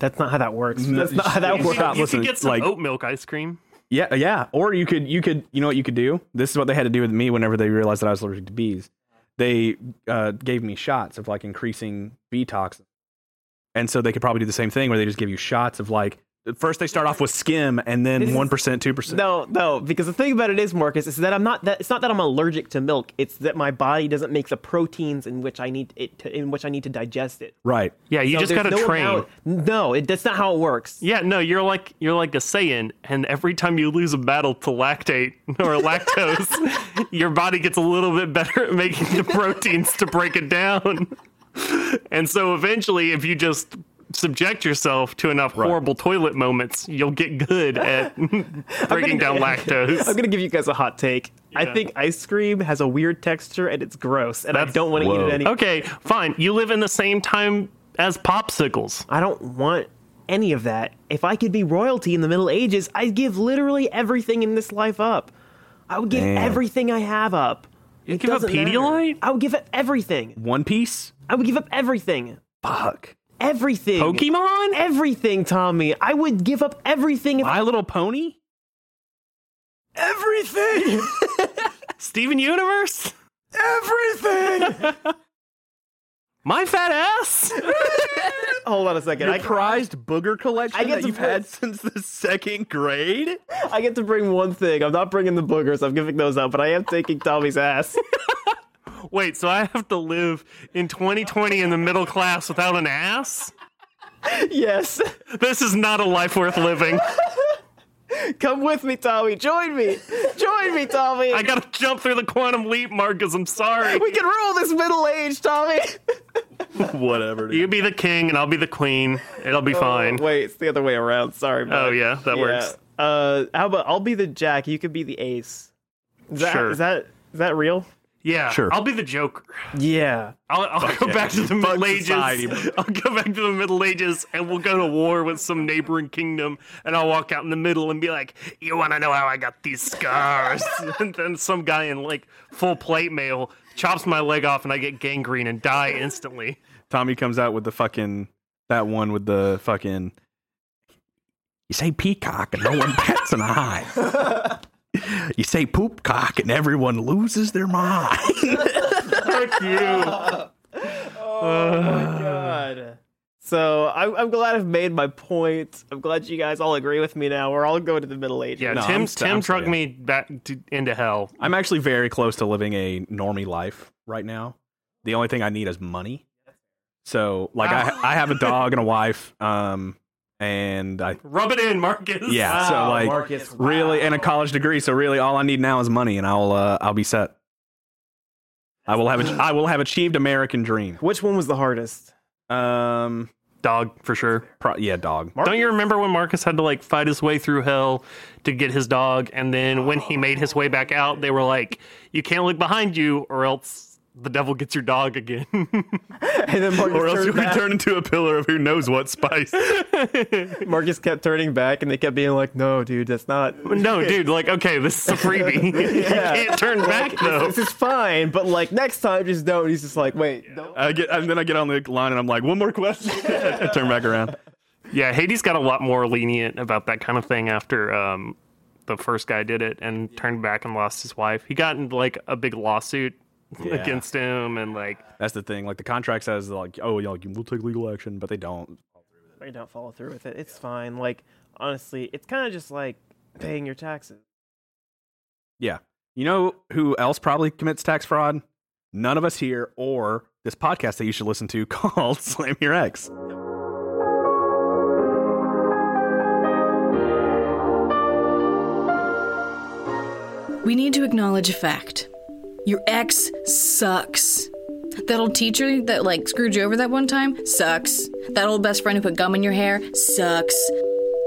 That's not how that works.
Mm,
No,
That's not how that
you-
works.
stop,
[LAUGHS] you
listen,
could get some
like-
oat milk ice cream.
Yeah, yeah. Or you could, you could, you know what you could do? This is what they had to do with me whenever they realized that I was allergic to bees. They uh, gave me shots of like increasing bee toxin, and so they could probably do the same thing where they just give you shots of like. First, they start off with skim, and
This
then
is-
one percent, two percent.
No, no, because the thing about it is, Marcus, is that I'm not that it's not that I'm allergic to milk. It's that my body doesn't make the proteins in which I need it to, in which I need to digest it.
Right.
Yeah, you
So
just
there's
gotta
no
train.
amount- no, it, that's not how it works.
Yeah, no, you're like you're like a Saiyan, and every time you lose a battle to lactate [LAUGHS] or
[LAUGHS]
lactose, your body gets a little bit better at making the proteins to break it down. And so eventually, if you just subject yourself to enough horrible toilet moments, you'll get good
[LAUGHS]
at [LAUGHS] breaking down
I'm
lactose.
gonna give you guys a hot take. I think ice cream has a weird texture and it's gross, and I
That's-
don't want to eat
Whoa.
it anymore.
Okay, fine. You live in the same time as popsicles.
I don't want any of that. If I could be royalty in the Middle Ages, I'd give literally everything in this life up. I would give
Damn.
everything I have up.
You give up
doesn't matter.
Pedialyte?
I would give up everything.
One Piece.
I would give up everything.
Fuck.
Everything.
Pokemon?
Everything, Tommy. I would give up everything if
My Little Pony.
[LAUGHS]
Everything.
Steven Universe?
Everything.
My fat ass?
[LAUGHS] Hold on a second. I,
Your prized booger collection
I get
that
to
you've
put-
had since the second grade.
I get to bring one thing. I'm not bringing the boogers. I'm giving those up, but I am taking Tommy's ass.
Wait, so I have to live in 2020 in the middle class without an ass?
[LAUGHS] yes.
This is not a life worth living.
Come with me, Tommy. Join me. Join me, Tommy.
I gotta jump through the quantum leap, Marcus. I'm sorry.
we can rule this middle age, Tommy.
Whatever. dude.
You be the king and I'll be the queen. It'll be fine.
[LAUGHS] Wait, it's the other way around. Sorry. bud.
Oh, yeah, that works.
Uh, how about I'll be the jack, you could be the ace. Is that,
Sure.
is that is that real?
Yeah,
Sure.
I'll be the Joker.
Yeah.
I'll, I'll go back to the Middle Ages.
society,
[LAUGHS] I'll go back to the Middle Ages, and we'll go to war with some neighboring kingdom. And I'll walk out in the middle and be like, "You want to know how I got these scars?" [LAUGHS] and then some guy in like full plate mail chops my leg off, and I get gangrene and die instantly.
Tommy comes out with the fucking that one with the fucking. You say peacock and no one bats an eye. [LAUGHS] You say poop cock and everyone loses their mind. [LAUGHS]
Fuck you.
Oh, God. So I'm, I'm glad I've made my point. I'm glad you guys all agree with me now. We're all going to the middle ages.
Yeah,
No,
Tim.
I'm st-
Tim
I'm
trucked
staying.
me back to, into hell.
[LAUGHS] I'm actually very close to living a normie life right now. The only thing I need is money. So like I I have a dog and a wife um and I
Rub it in, Marcus.
yeah so
Wow,
like
Marcus,
really and a college degree so really all I need now is money and I'll uh, I'll be set. I will have I will have achieved American dream.
Which one was the hardest?
Um
dog for sure.
pro- yeah dog.
Don't you remember when Marcus had to like fight his way through hell to get his dog? And then when he made his way back out, they were like, you can't look behind you or else the devil gets your dog again.
[LAUGHS]
[LAUGHS]
And then Marcus,
Or else
turned
you
back-
return into a pillar of who knows what
[LAUGHS]
spice.
[LAUGHS] Marcus kept turning back, and they kept being like, "No, dude, that's not.
no, dude, like, okay, this is
[LAUGHS]
a freebie. You can't turn back though.
This is fine, but like next time, just don't." He's just like, "Wait, no.
I get and then I get on the line and I'm like one more question. [LAUGHS] I turn back around.
Yeah, Hades got a lot more lenient about that kind of thing after um, the first guy did it and turned back and lost his wife. He got in like a big lawsuit against him and like
That's the thing. Like the contract says, like, oh, yeah, we'll take legal action, but they don't.
They don't follow through with it. It's fine." Like honestly, it's kind of just like paying your taxes.
Yeah. You know who else probably commits tax fraud? None of us here, or this podcast that you should listen to [LAUGHS] called Slam Your Ex.
We need to acknowledge a fact. Your ex sucks. That old teacher that like screwed you over that one time sucks. That old best friend who put gum in your hair sucks.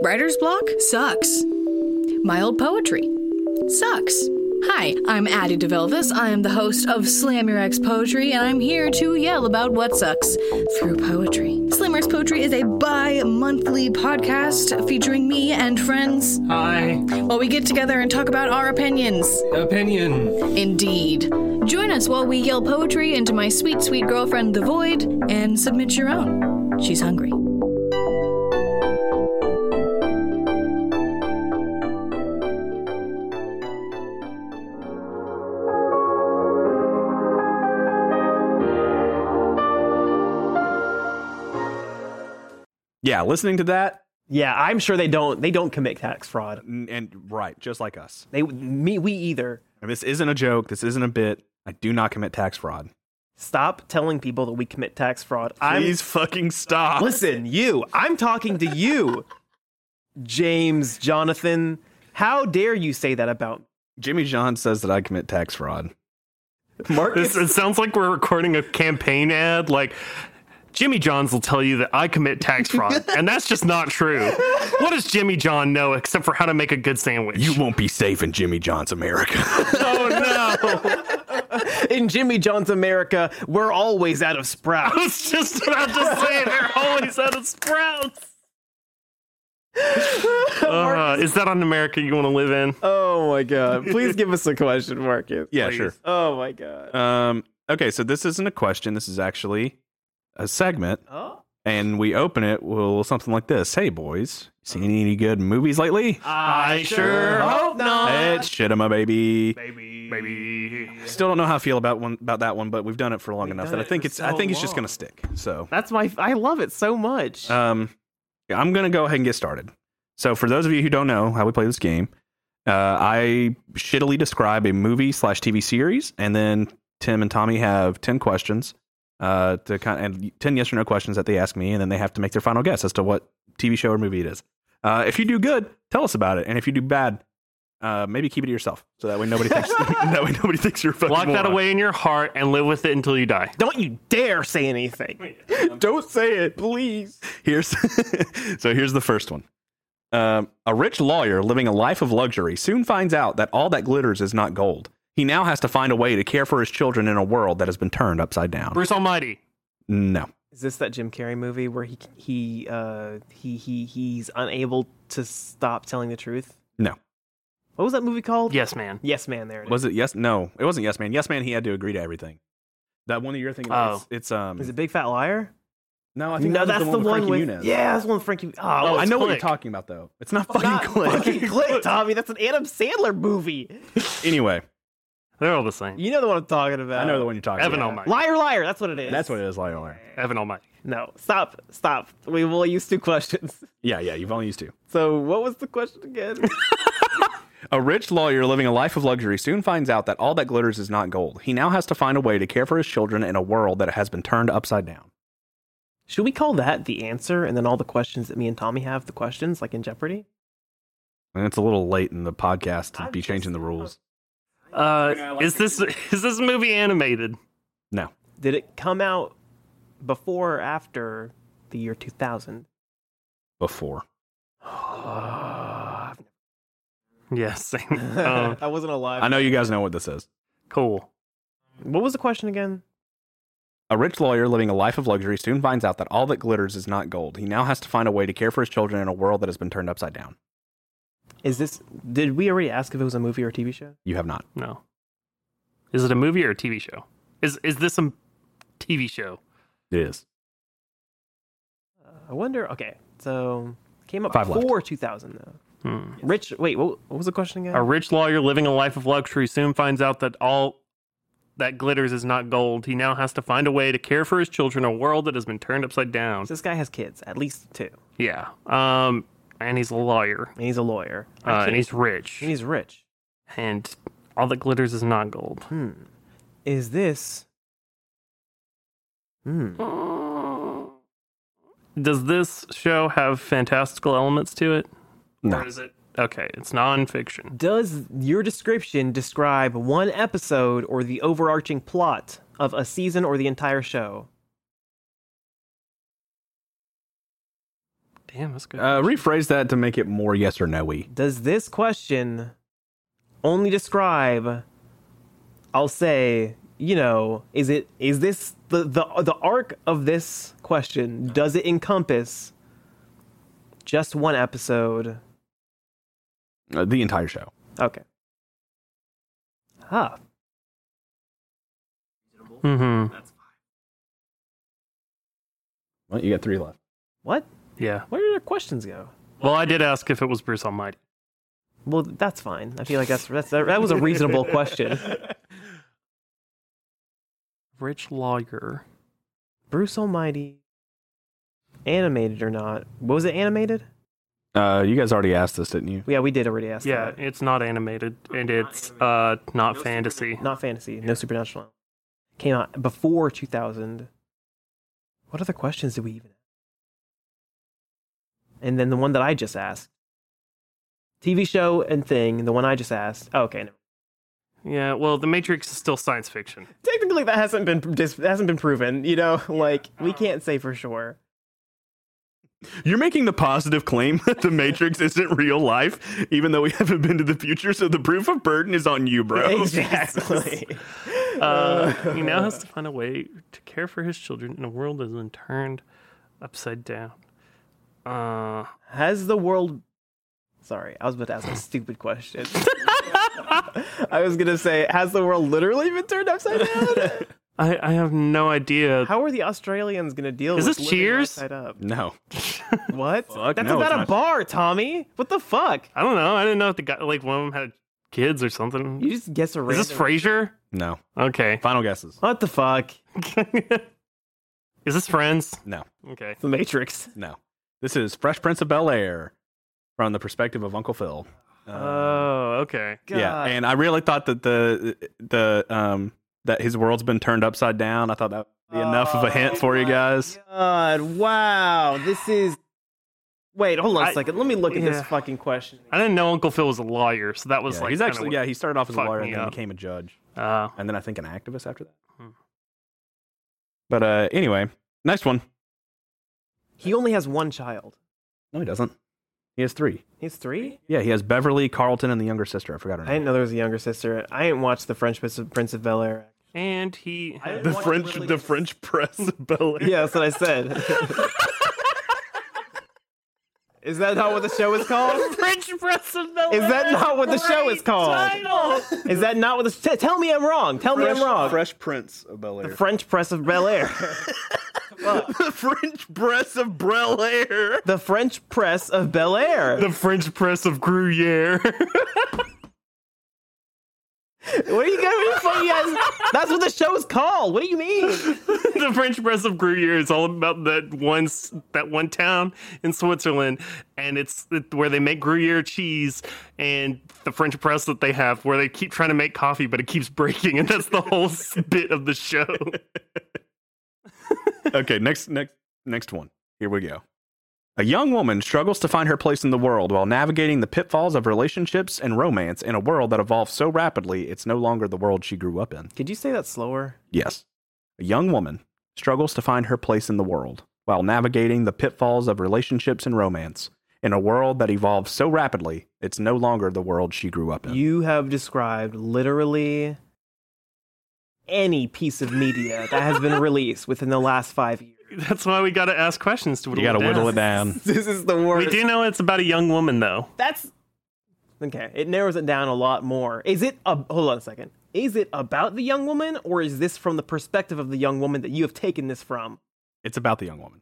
Writer's block sucks. My old poetry sucks. Hi, I'm Addie DeVelvis. I am the host of Slam Your Ex Poetry, and I'm here to yell about what sucks through poetry. Slam Your Ex Poetry is a bi monthly podcast featuring me and friends
Hi.
while we get together and talk about our opinions.
Opinion.
Indeed. Join us while we yell poetry into my sweet, sweet girlfriend, The Void, and submit your own. She's hungry.
Yeah, listening to that,
Yeah, I'm sure they don't. They don't commit tax fraud.
and, and right, just like us.
They me we either.
And this isn't a joke. This isn't a bit. I do not commit tax fraud.
Stop telling people that we commit tax fraud. I'm
Please fucking stop.
listen, you. I'm talking to you, James Jonathan. How dare you say that about
Jimmy John says that I commit tax fraud.
Marcus?
This, it sounds like we're recording a campaign ad. Like Jimmy Johns will tell you that I commit tax [LAUGHS] fraud, and that's just not true. What does Jimmy John know except for how to make a good sandwich?
[LAUGHS] You won't be safe in Jimmy John's America.
oh no!
[LAUGHS] In Jimmy John's America, we're always out
[LAUGHS]
of
I [LAUGHS]
sprouts.
was just about to say they're always out of sprouts. Uh, is that on America you want to live in?
oh my god! Please give
[LAUGHS]
us a question, Marcus.
Yeah,
Please.
sure.
Oh my god.
Um, okay, so this isn't a question. This is actually a segment,
Uh,
Oh.
and we open it with something like this: Hey, boys, seen any good movies lately?
Uh,
I sure hope not.
It's shit, my baby.
Baby. Baby.
Still don't know how I feel about one about that one, but we've done it for long enough
done
that I
it
think
for
it's I
so
think it's just
long.
gonna stick. So,
That's my. I love it so much.
um, yeah, I'm gonna go ahead and get started. So, for those of you who don't know how we play this game, uh, I shittily describe a movie slash TV series, and then Tim and Tommy have ten questions, uh, to kind and ten yes or no questions that they ask me, and then they have to make their final guess as to what TV show or movie it is. Uh, if you do good, tell us about it, and if you do bad, uh, maybe keep it to yourself, so that way nobody
[LAUGHS]
thinks [LAUGHS] that way nobody thinks you're a fucking
Lock that
moron.
away in your heart and live with it until you die.
Don't you dare say anything. [LAUGHS]
um,
Don't say it, please. Here's [LAUGHS] so here's the first one. Um, a rich lawyer living a life of luxury soon finds out that all that glitters is not gold. He now has to find a way to care for his children in a world that has been turned upside down.
Bruce Almighty.
No,
Is this that Jim Carrey movie where he he uh he he he's unable to stop telling the truth?
no.
What was that movie called?
Yes, man.
Yes, man. There it is.
Was it yes? No, it wasn't yes, man. Yes, man. He had to agree to everything. That one that you're thinking. of,
Oh.
it's, it's um.
Is it Big Fat Liar?
no, I think
no,
that was
that's the
the one,
one
with
with
Frankie Muniz.
yeah, that's the one with Frankie. Oh,
Oh,
I
it's
know what you're
Click.
talking about though. It's not
[LAUGHS]
fucking
not
Click.
fucking Click, Tommy. That's an Adam Sandler movie.
[LAUGHS] anyway,
They're all the same.
You know the one I'm talking about.
I know the one you're talking
Evan
about.
Almighty.
Liar, liar. That's what it is.
That's what it is, liar, liar.
Evan Almighty.
No, stop, stop. We will use two questions. [LAUGHS]
Yeah, yeah. You've only used two.
So, what was the question again? [LAUGHS]
A rich lawyer living a life of luxury soon finds out that all that glitters is not gold. He now has to find a way to care for his children in a world that has been turned upside down.
Should we call that the answer, and then all the questions that me and Tommy have, the questions like in Jeopardy?
And it's a little late in the podcast to
I'm
be
just-
changing the rules.
Uh, is this is this movie animated?
No.
Did it come out before or after the year 2000?
Before.
Yes. [LAUGHS] um,
Ah. Uh, [LAUGHS] I wasn't alive.
I know you guys know what this is.
cool.
What was the question again?
A rich lawyer living a life of luxury soon finds out that all that glitters is not gold. He now has to find a way to care for his children in a world that has been turned upside down.
Is this? Did we already ask if it was a movie or a TV show?
You have not.
No. Is it a movie or a TV show? Is is this a TV show?
It is.
I wonder. Okay, so came up
Five left.
before 2000 though. Rich. Wait, what, what was the question again?
Hmm. A rich lawyer living a life of luxury soon finds out that all that glitters is not gold. He now has to find a way to care for his children, in a world that has been turned upside down.
this guy has kids, at least two,
Yeah. Um, and he's a lawyer,
and he's a lawyer,
uh, and he's rich,
and he's rich.
and all that glitters is not gold.
Is this? Hmm.
Does this show have fantastical elements to it?
No.
Or is it okay? It's nonfiction.
Does your description describe one episode or the overarching plot of a season or the entire show?
Damn, that's good.
Uh, rephrase that to make it more yes or no y.
Does this question only describe I'll say, you know, is it is this the the the arc of this question does it encompass just one episode?
Uh, the entire show.
Okay. Huh.
mm-hmm.
Well, you got three left.
What?
Yeah.
Where did our questions go?
Well, I did ask if it was Bruce Almighty.
Well, that's fine. I feel like that's that's that was a reasonable question.
Rich lawyer.
Bruce Almighty, animated or not? What was it animated?
Uh, you guys already asked this, didn't you?
Yeah, we did already ask.
Yeah,
that.
it's not animated and it's uh not fantasy.
not fantasy. No supernatural. Came out before 2000. What other questions did we even? And then the one that I just asked, TV show and thing. The one I just asked. Oh, okay. No.
Yeah, well, The Matrix is still science fiction.
Technically, that hasn't been dis- hasn't been proven. You know, like we can't say
[LAUGHS]
for sure.
You're making the positive claim [LAUGHS] that the Matrix isn't real life, [LAUGHS] Oh, even though we haven't been to the future. So the proof of burden is on you, bro.
Exactly.
Uh, he now has to find a way to care for his children in a world that has been turned upside down. Uh,
Has the world. Sorry, I was about to ask a stupid question. [LAUGHS] I was gonna say, has the world literally been turned upside
[LAUGHS]
down?
I, I have no idea.
How are the Australians gonna deal
Is
with
this
living
Cheers?
upside up?
[LAUGHS] No.
What?
Fuck,
That's
no, it's
about a
not.
bar, Tommy. What the fuck?
I don't know. I didn't know if the guy, like one of them had kids or something.
You just guess a
Is
random.
this Frasier?
No.
Okay. [LAUGHS]
Final guesses.
what the fuck?
Is this Friends?
No.
Okay.
The Matrix.
No. This is Fresh Prince of Bel Air from the perspective of Uncle Phil. Um,
Oh, okay.
God.
Yeah, and I really thought that the the um that his world's been turned upside down. I thought that would be enough of a hint for you guys.
Oh, God, wow. This is. Wait, hold on a
I-
second. Let me look at
yeah.
this fucking question.
I didn't know Uncle Phil was a lawyer, so that was
Yeah,
like
he's
kinda
actually
what-
yeah he started off as a
fucked
lawyer and
me
then
up.
became a judge
Uh,
and then I think an activist after that.
Hmm.
But uh anyway, next one.
He only has one child.
No, he doesn't. He has three.
He has three?
Yeah, he has Beverly, Carlton, and the younger sister. I forgot her
I
name.
didn't know there was a younger sister. I didn't watch The French Prince of, Prince of Bel Air.
and he
The French- the
French press Bel [LAUGHS] Air.
Yeah, that's what I said. [LAUGHS] is that not what the show is called?
French press of Bel
Is that not what the show is called? Is that not what the. T- tell me I'm wrong. Tell me I'm wrong.
Fresh Prince of Bel Air.
French Press of Bel [LAUGHS] Air.
The French Press of Bel Air.
the French Press of Bel Air.
[LAUGHS] The French press of Gruyere.
[LAUGHS]
[LAUGHS]
What are you going to you guys? That's what the show is called. What do you mean?
the French press of Gruyere is all about that one s- that one town in Switzerland, and it's it, where they make Gruyere cheese and the French press that they have, where they keep trying to make coffee but it keeps [LAUGHS] breaking, and that's the whole s- bit of the [LAUGHS] show.
okay, next next next one. Here we go. A young woman struggles to find her place in the world while navigating the pitfalls of relationships and romance in a world that evolves so rapidly it's no longer the world she grew up in.
[LAUGHS] Could you say that slower?
Yes. A young woman struggles to find her place in the world while navigating the pitfalls of relationships and romance in a world that evolves so rapidly it's no longer the world she grew up in.
You have described literally any piece of media that has [LAUGHS] been released within the last five years.
That's why we got to ask questions to
you
whittle
got to
it down.
whittle it down.
This is the worst.
We do know it's about a young woman, though.
That's okay. It narrows it down a lot more. Is it? A, hold on a second. Is it about the young woman, or is this from the perspective of the young woman that you have taken this from?
It's about the young woman.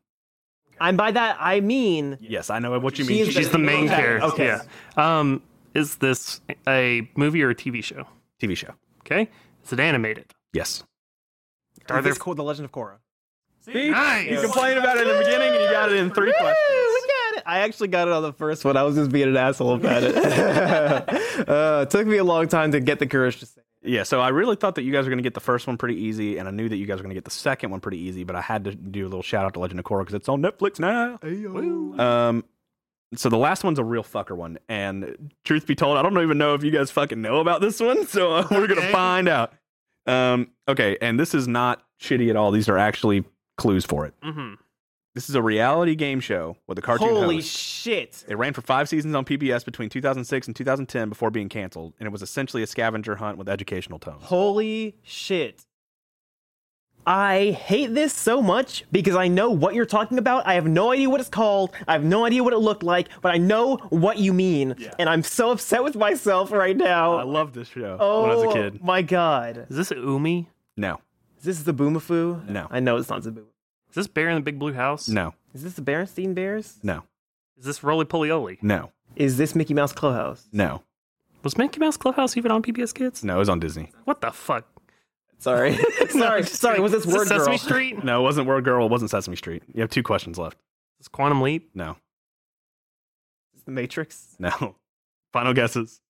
And by that I mean
Yes, I know what you
She
mean.
is
She's the main
Okay,
character.
okay.
Yeah. Um, is this a movie or a TV show?
TV show.
Okay. Is it animated?
Yes.
Are
Is this
there-
called The Legend of Korra?
Nice.
You complained about it in the beginning and you got it in three questions.
Woo, we got it. I actually got it on the first one. I was just being an asshole about
[LAUGHS]
it. [LAUGHS] uh, it took me a long time to get the courage to say.
Yeah, so I really thought that you guys were going to get the first one pretty easy, and I knew that you guys were going to get the second one pretty easy, but I had to do a little shout out to Legend of Korra because it's on Netflix now. Um, so the last one's a real fucker one, and truth be told, I don't even know if you guys fucking know about this one, so [LAUGHS] uh, we're going to
Okay.
find out. Um, okay, and this is not shitty at all. These are actually clues for it.
Mm-hmm.
This is a reality game show with a cartoon
Holy
host.
shit!
It ran for five seasons on PBS between 2006 and 2010 before being canceled, and it was essentially a scavenger hunt with educational tones.
Holy shit! I hate this so much because I know what you're talking about. I have no idea what it's called. I have no idea what it looked like, but I know what you mean, and I'm so upset with myself right
I
now.
loved this show
oh
when I was a kid.
my god!
Is this Umi?
No,
Is this the Boomafoo?
No.
I know it's not the Boom.
Is this Bear in the Big Blue House?
no,
Is this the Berenstein Bears?
no,
Is this Roly Poly Oly?
no,
Is this Mickey Mouse Clubhouse?
no,
Was Mickey Mouse Clubhouse even on PBS Kids?
no. It was on Disney.
What the fuck?
[LAUGHS]
Sorry, [LAUGHS] sorry, sorry. Was this
Is this
Word
Sesame
Girl?
Street? Is
No, it wasn't World Girl. It wasn't Sesame Street. You have two questions left.
this Quantum Leap?
No,
The Matrix.
no. Final guesses.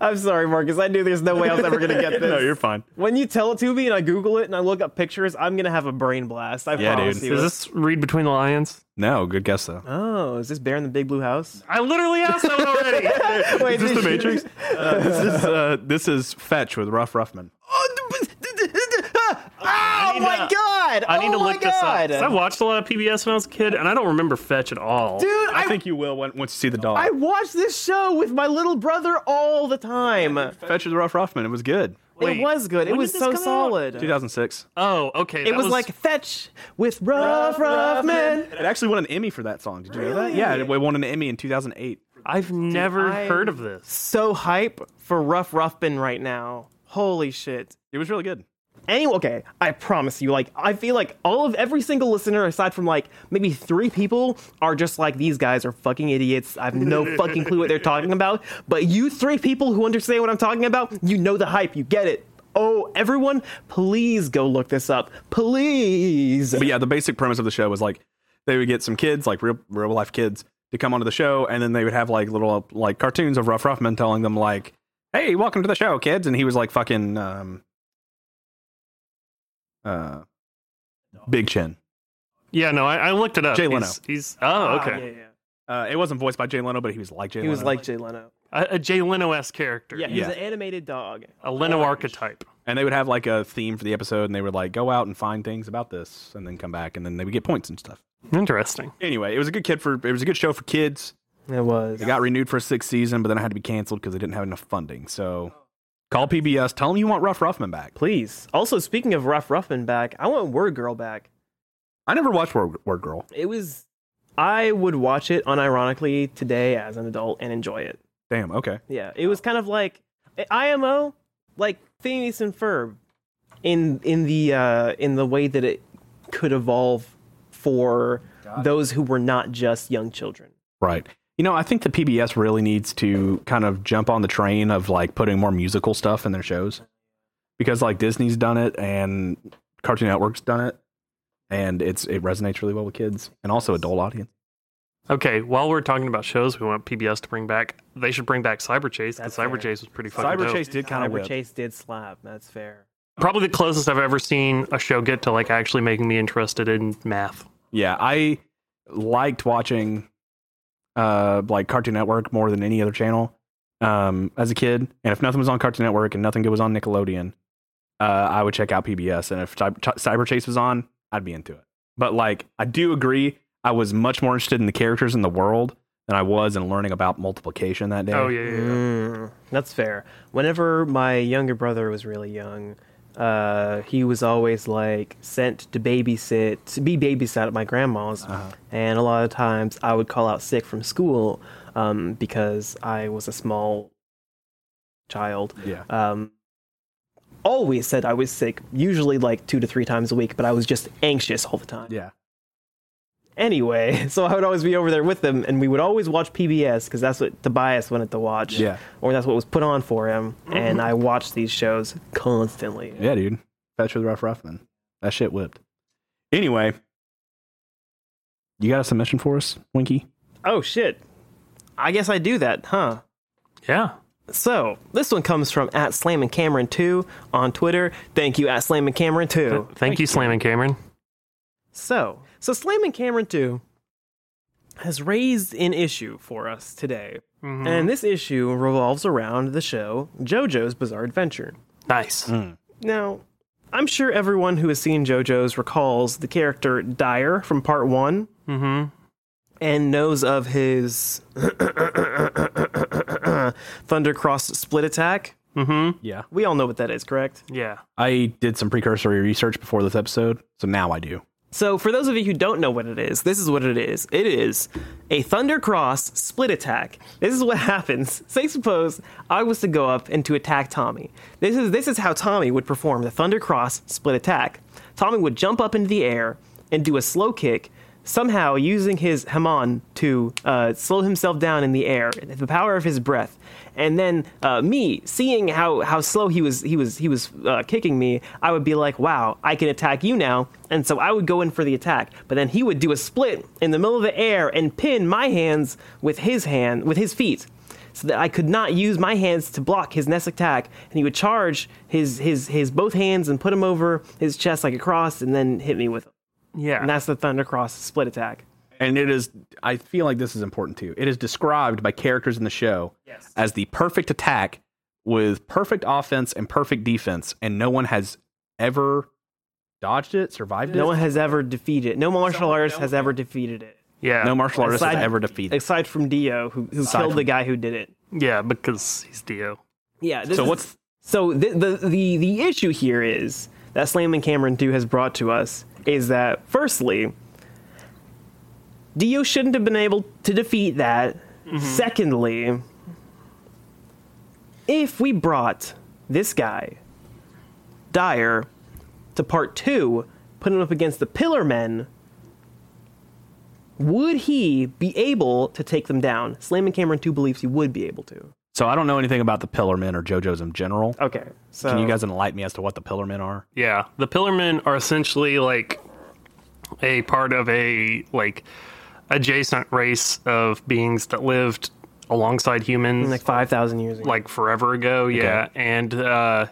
I'm sorry, Marcus. I knew there's no way I was ever gonna get
[LAUGHS]
this.
no, you're fine.
When you tell it to me and I Google it and I look up pictures, I'm gonna have a brain blast. I
Yeah,
promise
dude.
you.
Is this Read Between the Lions?
No, good guess though.
Oh, is this Bear in the Big Blue House?
I literally asked that one
[LAUGHS]
already.
Wait,
Is this the [LAUGHS] Matrix? Uh, this is uh, this is Fetch with Ruff Ruffman.
Oh
need
my
to-
god!
I need
oh
to
my
look this up.
god.
'cause I watched a lot of PBS when I was a kid, and I don't remember Fetch at all.
Dude,
I
I,
think you will when- once you see the dog.
I watch this show with my little brother all the time.
Fetch with Ruff Ruffman. It was good.
Wait.
it was good. It
When
was
did this
so
come out?
solid.
2006.
Oh, okay.
It
that
was, like fetch with rough, rough men.
It actually won an Emmy for that song. Did you know that? Yeah, it won an Emmy in 2008.
I've never
I-
heard of this.
So hype for rough, rough men right now. Holy shit.
It was really good.
Anyway, okay, I promise you, like, I feel like all of every single listener, aside from like maybe three people, are just like, these guys are fucking idiots. I have no fucking clue what they're talking about. But you three people who understand what I'm talking about, you know the hype, you get it. Oh, everyone, please go look this up. Please.
But yeah, the basic premise of the show was like they would get some kids, like real real life kids, to come onto the show, and then they would have like little like cartoons of Rough Ruffman telling them like, "Hey, welcome to the show, kids," and he was like fucking um, uh, Big Chin.
Yeah, no, I, I looked it up.
Jay
He's, he's oh,
Ah,
okay.
yeah, yeah.
Uh, it wasn't voiced by Jay Leno, but he was like Jay.
He was
Leno.
like Jay Leno.
A, a Jay Leno esque character.
Yeah, he's
Yeah.
an animated dog.
A Leno archetype.
and they would have like a theme for the episode, and they would like go out and find things about this, and then come back, and then they would get points and stuff.
Interesting.
Anyway, it was a good kid for it was a good show for kids.
It was.
It got renewed for a sixth season, but then it had to be canceled because they didn't have enough funding. So call PBS, tell them you want Rough Ruffman back.
Please. Also, speaking of Rough Ruffman back, I want Word Girl back.
I never watched Word, Word Girl.
It was. I would watch it unironically today as an adult and enjoy it.
Damn, okay.
Yeah, it was kind of like IMO, like Phineas and Ferb, in in the uh, in the way that it could evolve for those who were not just young children.
Right. You know, I think the PBS really needs to kind of jump on the train of like putting more musical stuff in their shows because like Disney's done it and Cartoon Network's done it and it's it resonates really well with kids and also adult audience.
Okay, while we're talking about shows, we want PBS to bring back. They should bring back Cyber Chase because
That's fair.
Cyber Chase was pretty fucking dope.
did
Cyber Chase did slap. That's fair.
Probably the closest I've ever seen a show get to like actually making me interested in math.
Yeah, I liked watching uh like Cartoon Network more than any other channel um as a kid. And if nothing was on Cartoon Network and nothing was on Nickelodeon, uh I would check out PBS and if Cy- Ch- Cyber Chase was on, I'd be into it. But like I do agree I was much more interested in the characters in the world than I was in learning about multiplication that day.
Oh yeah, yeah, yeah.
Mm, that's fair. Whenever my younger brother was really young, uh, he was always like sent to babysit, to be babysat at my grandma's,
Uh-huh.
and a lot of times I would call out sick from school um, because I was a small child.
Yeah.
Um, always said I was sick, usually like two to three times a week, but I was just anxious all the time
Yeah.
anyway [LAUGHS] so i would always be over there with them and we would always watch pbs because that's what tobias wanted to watch
Yeah.
or that's what was put on for him and i watched these shows constantly
Yeah, dude. Fetch with Rough Ruffman. That shit whipped. Anyway, you got a submission for us, Winky?
oh shit i guess i do that huh
Yeah.
so this one comes from at slam and cameron 2 on twitter thank you at slam and cameron 2
Thank, you, Slam and Cameron.
So, so Slam and Cameron 2 has raised an issue for us today. And this issue revolves around the show JoJo's Bizarre Adventure.
Nice.
Mm. Now, I'm sure everyone who has seen JoJo's recalls the character Dyer from part 1 and knows of his [COUGHS] Thundercross split attack.
Yeah.
We all know what that is, correct?
Yeah.
I did some precursory research before this episode, so now I do.
So, for those of you who don't know what it is, this is what it is. It is a Thundercross split attack. This is what [LAUGHS] happens. Say, suppose I was to go up and to attack Tommy. This is this is how Tommy would perform the Thundercross split attack. Tommy would jump up into the air and do a slow kick, somehow using his Haman to uh, slow himself down in the air, the power of his breath. And then uh, me, seeing how, how slow he was he was he was uh, kicking me, I would be like, "Wow, I can attack you now." And so I would go in for the attack, but then he would do a split in the middle of the air and pin my hands with his hand with his feet, so that I could not use my hands to block his next attack. And he would charge his his his both hands and put him over his chest like a cross, and then hit me with. Them.
Yeah.
And that's the Thundercross split attack.
And it is, I feel like this is important too. It is described by characters in the show as the perfect attack with perfect offense and perfect defense, and no one has ever dodged it, survived
No
it.
one has ever defeated it. No martial artist has ever defeated it.
yeah.
no martial artist has
Aside-
ever defeated.
Aside from Dio, who, who killed the guy who did it.
Yeah, because he's Dio.
Yeah. This
So
is-
what's
So the, the the the issue here is that Slam and Cameron 2 has brought to us is that firstly, Dio shouldn't have been able to defeat that. Secondly, if we brought this guy, Dyer, to part two, put him up against the Pillar Men, would he be able to take them down? Slam and Cameron 2 believes he would be able to.
So I don't know anything about the Pillar Men or JoJo's in general.
Okay, so
Can you guys enlighten me as to what the Pillar Men are?
Yeah, the Pillarmen are essentially like a part of a like adjacent race of beings that lived alongside humans
like five thousand years ago.
like forever ago. Yeah, and uh,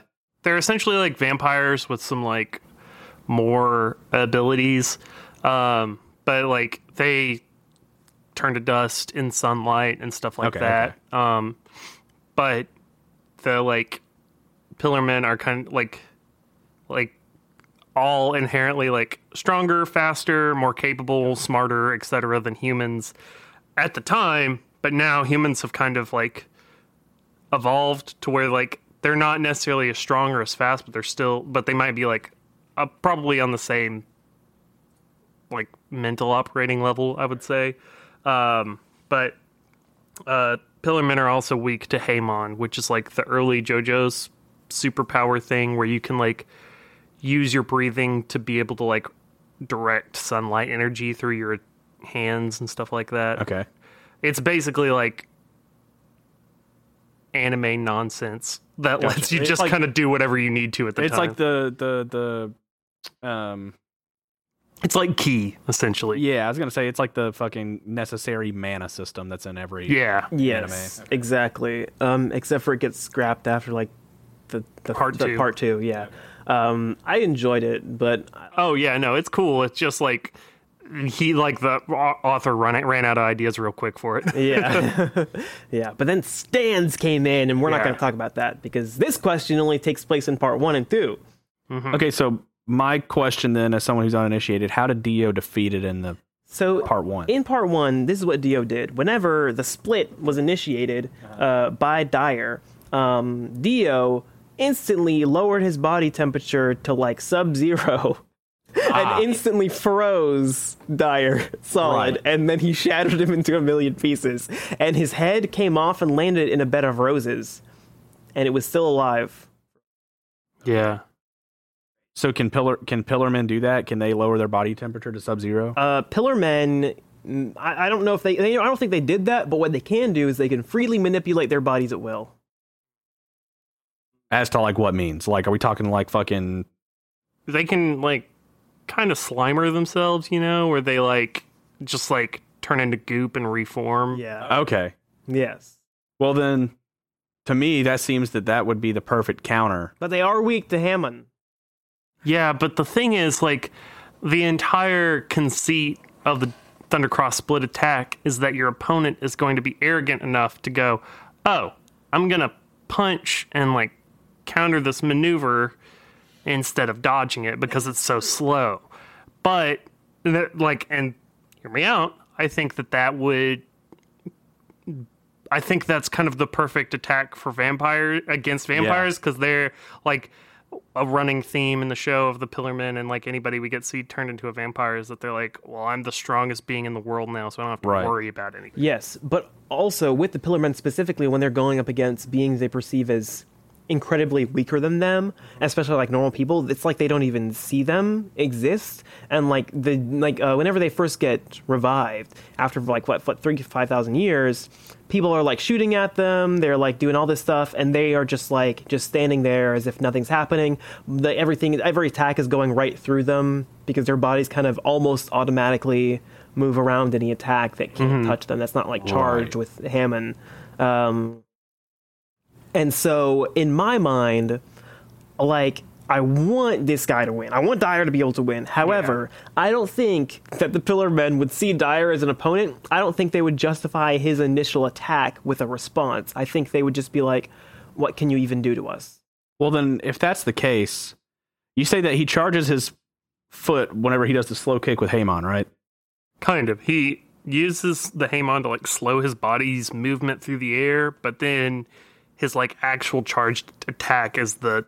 they're essentially like vampires with some like more abilities, um, but like they turn to dust in sunlight and stuff like
Okay,
that. Um, but the like pillar men are kind of like like all inherently like stronger, faster, more capable, smarter, etc. than humans at the time. But now humans have kind of like evolved to where like they're not necessarily as strong or as fast, but they're still, but they might be like uh, probably on the same like mental operating level, I would say. Um, but uh, Pillar Men are also weak to Haemon, which is like the early JoJo's superpower thing where you can like use your breathing to be able to like direct sunlight energy through your hands and stuff like that
Okay.
it's basically like anime nonsense that
Gotcha.
lets you
It's
just
like-
kind of do whatever you need to at the
It's
Uh,
time.
like the the the um
it's like key essentially.
yeah, I was gonna say it's like the fucking necessary mana system that's in every
Yeah.
yes, exactly. Um, except for it gets scrapped after like the, the
Part
the
two.
Part two, yeah. Um, I enjoyed it, but
Oh yeah, no, it's cool. It's just like he like the au- author run ran out of ideas real quick for
[LAUGHS]
it.
yeah, [LAUGHS] yeah. But then stands came in, and we're not
Yeah.
going to talk about that because this question only takes place in part one and two.
Okay, so my question then, as someone who's uninitiated, how did Dio defeat it in the
So
part one?
In part one, this is what Dio did. Whenever the split was initiated uh, by Dyer, um, Dio instantly lowered his body temperature to like sub zero. [LAUGHS] And instantly froze Dyer solid,
Ah. Right.
and then he shattered him into a million pieces. And his head came off and landed in a bed of roses, and it was still alive.
yeah.
so can pillar can pillar men do that? Can they lower their body temperature to sub zero?
uh, Pillar Men. mm, I, I don't know if they, they. I don't think they did that. But what they can do is they can freely manipulate their bodies at will.
as to like what means? Like, are we talking like fucking?
They can like kind of slimer themselves, you know, where they like just like turn into goop and reform.
Yeah.
Okay,
Yes.
well then, to me that seems that that would be the perfect counter.
But they are weak to Hammond.
Yeah, but the thing is, like, the entire conceit of the Thundercross split attack is that your opponent is going to be arrogant enough to go, oh, I'm going to punch and, like, counter this maneuver instead of dodging it because it's so slow. But, th- like, and hear me out, I think that that would. I think that's kind of the perfect attack for vampire against vampires because they're like a running theme in the show of the Pillarmen and like anybody we get see turned into a vampire is that they're like, well, I'm the strongest being in the world now, so I don't have to
Right.
worry about anything.
Yes, but also with the Pillar Men specifically, when they're going up against beings they perceive as incredibly weaker than them, especially like normal people, it's like they don't even see them exist. And like the like uh, whenever they first get revived after like what what three five thousand years, people are like shooting at them. They're like doing all this stuff, and they are just like just standing there as if nothing's happening. The, everything every attack is going right through them because their bodies kind of almost automatically move around any attack that can't touch them. That's not like charged with Hammond. Um, and so in my mind, like I want this guy to win. I want Dyer to be able to win. However, I don't think that the Pillar Men would see Dyer as an opponent. I don't think they would justify his initial attack with a response. I think they would just be like, "What can you even do to us?"
Well then, if that's the case, you say that he charges his foot whenever he does the slow kick with Haemon, right?
Kind of. He uses the Haemon to like slow his body's movement through the air, but then his like actual charged attack is the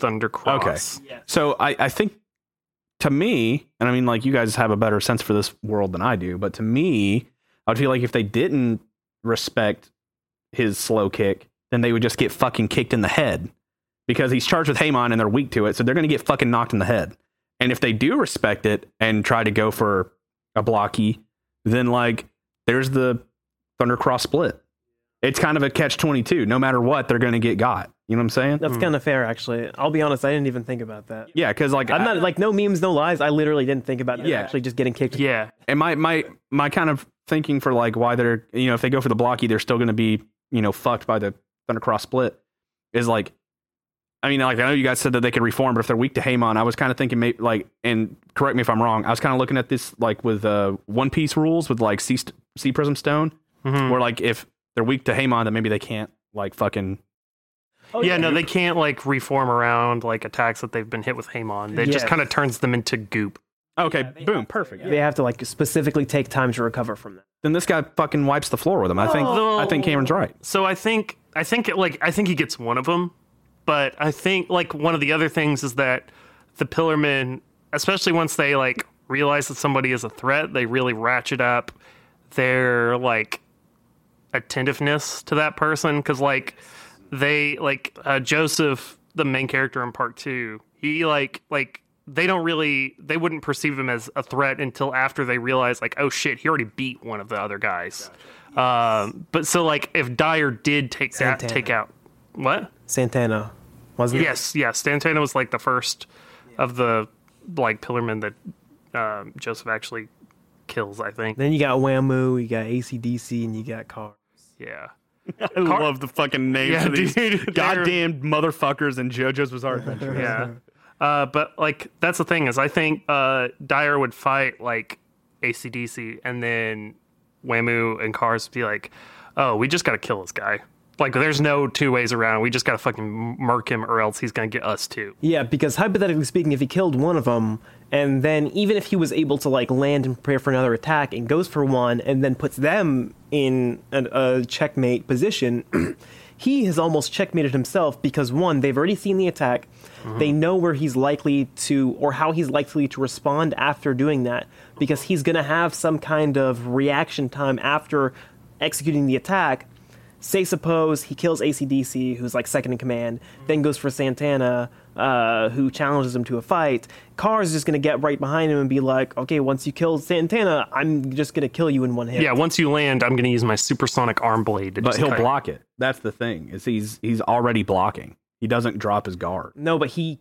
Thundercross. Okay.
So I, I think to me, and I mean, like you guys have a better sense for this world than I do, but to me, I would feel like if they didn't respect his slow kick, then they would just get fucking kicked in the head because he's charged with Hamon and they're weak to it, so they're going to get fucking knocked in the head. And if they do respect it and try to go for a blocky, then like there's the Thundercross split. It's kind of a catch 22. No matter what, they're going to get got. You know what I'm saying?
That's kind of fair, actually. I'll be honest, I didn't even think about that.
Yeah, because like
I'm
I-
not like no memes, no lies. I literally didn't think about them
Yeah.
actually just getting kicked.
Yeah.
and my my my kind of thinking for like why they're you know if they go for the blocky they're still going to be you know fucked by the thundercross split is like i mean like i know you guys said that they could reform but if they're weak to hamon i was kind of thinking maybe like and correct me if i'm wrong i was kind of looking at this like with uh one piece rules with like sea, St- sea prism stone
Mhm.
where like if they're weak to hamon then maybe they can't like fucking
Oh,
yeah, no, they can't like reform around like attacks that they've been hit with Hamon. It just
Yes.
kind of turns them into goop.
okay boom perfect
They have to like specifically take time to recover from that.
then this guy fucking wipes the floor with him i think i
Oh.
think cameron's right
So I think I think it, like I think he gets one of them, but I think like one of the other things is that the Pillarmen, especially once they like realize that somebody is a threat, they really ratchet up their like attentiveness to that person because like they like uh, Joseph, the main character in part two, he like like they don't really they wouldn't perceive him as a threat until after they realize like oh shit he already beat one of the other guys. Um, but so like if Dyer did take that
Santana.
take out what
Santana, wasn't it?
yes yes Santana was like the first of the like Pillarmen that um, Joseph actually kills I think
Then you got Whamu, you got ACDC, and you got Car.
yeah.
I love the fucking names
Yeah,
of these
dude, they're-
goddamn motherfuckers in JoJo's Bizarre Adventure.
yeah. Uh, but like that's the thing is I think uh, Dyer would fight like ACDC and then Wamu and Cars would be like, oh, we just got to kill this guy. Like there's no two ways around. We just got to fucking murk him or else he's going to get us too.
Yeah, because hypothetically speaking, if he killed one of them, and then even if he was able to like land and prepare for another attack and goes for one, and then puts them in an, a checkmate position, [CLEARS THROAT] he has almost checkmated himself because one, they've already seen the attack, they know where he's likely to or how he's likely to respond after doing that, because he's gonna have some kind of reaction time after executing the attack say suppose he kills acdc who's like second in command then goes for santana uh, who challenges him to a fight car's just gonna get right behind him and be like okay once you kill santana i'm just gonna kill you in one hit
Yeah, once you land, I'm going to use my supersonic arm blade. to
But
just
he'll
cut-
block it. That's the thing. Is he's he's already blocking. He doesn't drop his guard.
no but he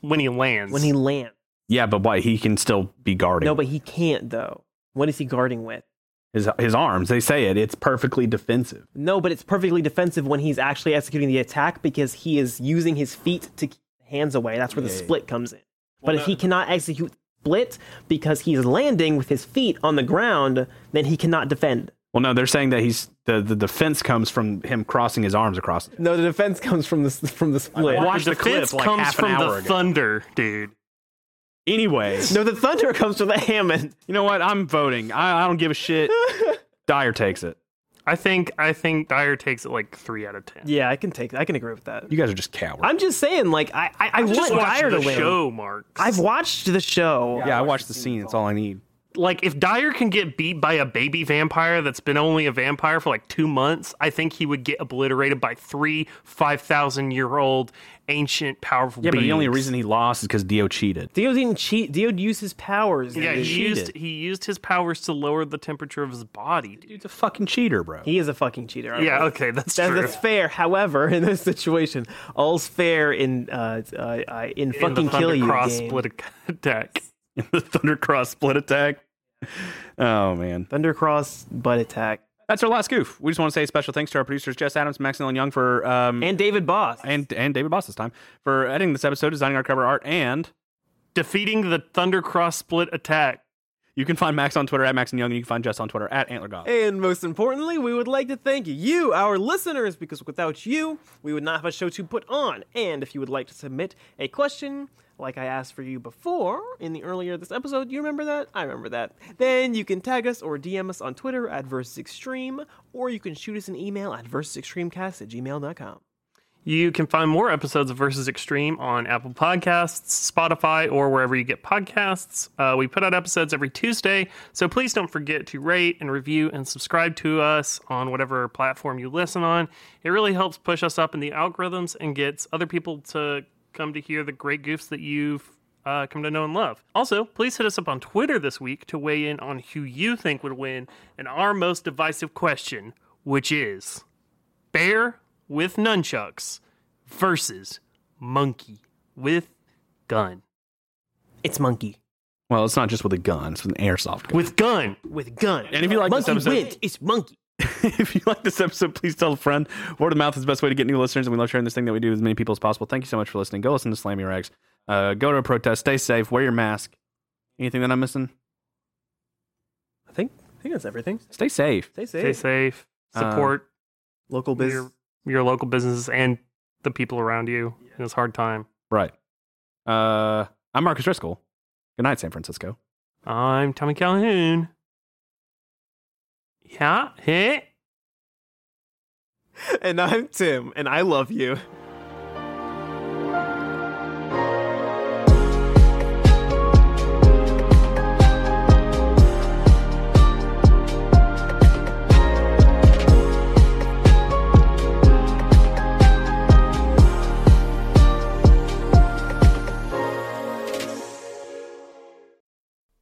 when he lands.
when he lands
Yeah, but why he can still be guarding
no but he can't though what is he guarding with
his his arms. They say it. It's perfectly defensive.
no but it's perfectly defensive when he's actually executing the attack because he is using his feet to keep hands away that's where the split comes in but if he cannot execute split because he's landing with his feet on the ground then he cannot defend
Well, no, they're saying that he's the, the defense comes from him crossing his arms across.
No, the defense comes from the from the split.
Watch
the
the clip,
defense
like,
comes
half an
from the
hour ago.
thunder, dude.
[LAUGHS] Anyway,
No, the thunder [LAUGHS] comes from the Hammond.
you know what? I'm voting. I, I don't give a [LAUGHS] shit. Dyer takes it.
I think I think Dyer takes it like three out of ten.
Yeah, I can take. I can agree with that.
You guys are just cowards.
I'm just saying, like, I I, I want
Just watch
Dyer
the
to win.
show, Mark.
I've watched the show.
yeah, I watched the scene. That's all I need.
like if Dyer can get beat by a baby vampire that's been only a vampire for like two months, I think he would get obliterated by three five thousand year old ancient powerful.
Yeah, but the only
beings.
reason he lost is because Dio cheated.
Dio didn't cheat. Dio used his powers.
yeah, he
dude.
used he used his powers to lower the temperature of his body. Dude.
Dude's a fucking cheater, bro.
he is a fucking cheater. I
Yeah,
will-
okay, that's
That-
true.
that's fair. However, [LAUGHS] in this situation, all's fair in uh, uh, uh in
In the
fucking kill you
Thundercross
game.
split ac- attack.
[LAUGHS] the Thundercross split attack. Oh man,
Thundercross butt attack
that's our last goof. We just want to say special thanks to our producers Jess Adams, Max Neil Young for um
and David Boss.
and and David Boss this time for editing this episode, designing our cover art, and
Defeating the Thundercross split attack.
You can find Max on Twitter at Max and Young. And you can find Jess on Twitter at AntlerGoth.
And most importantly, we would like to thank you, our listeners, because without you, we would not have a show to put on. And if you would like to submit a question, like I asked for you before in the earlier this episode, you remember that? I remember that. Then you can tag us or DM us on Twitter at Versus Extreme, or you can shoot us an email at versusextremecast at gmail.com.
You can find more episodes of Versus Extreme on Apple Podcasts, Spotify, or wherever you get podcasts. Uh, we put out episodes every Tuesday, so please don't forget to rate and review and subscribe to us on whatever platform you listen on. It really helps push us up in the algorithms and gets other people to come to hear the great goofs that you've uh, come to know and love. Also, please hit us up on Twitter this week to weigh in on who you think would win in our most divisive question, which is bear with nunchucks versus monkey with gun.
It's Monkey
Well, it's not just with a gun; it's with an airsoft gun.
With gun.
with gun.
And if you like this
monkey
episode-
wins. It's Monkey.
[LAUGHS] if you like this episode, please tell a friend. Word of mouth is the best way to get new listeners, and we love sharing this thing that we do with as many people as possible. Thank you so much for listening. Go listen to Slam Your Eggs. Uh, go to a protest. Stay safe. Wear your mask. Anything that I'm missing?
I think, I think that's everything.
Stay safe.
Stay safe.
Stay safe.
Uh,
Support
Local biz.
your, your local businesses and the people around you in this hard time.
Right. Uh, I'm Marcus Driscoll. Good night, San Francisco.
I'm Tommy Calhoun. Yeah, hey.
[LAUGHS] And I'm Tim, and I love you.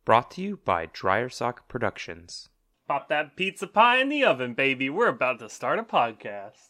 Brought to you by Dryer Sock Productions.
Pop that pizza pie in the oven, baby. We're about to start a podcast.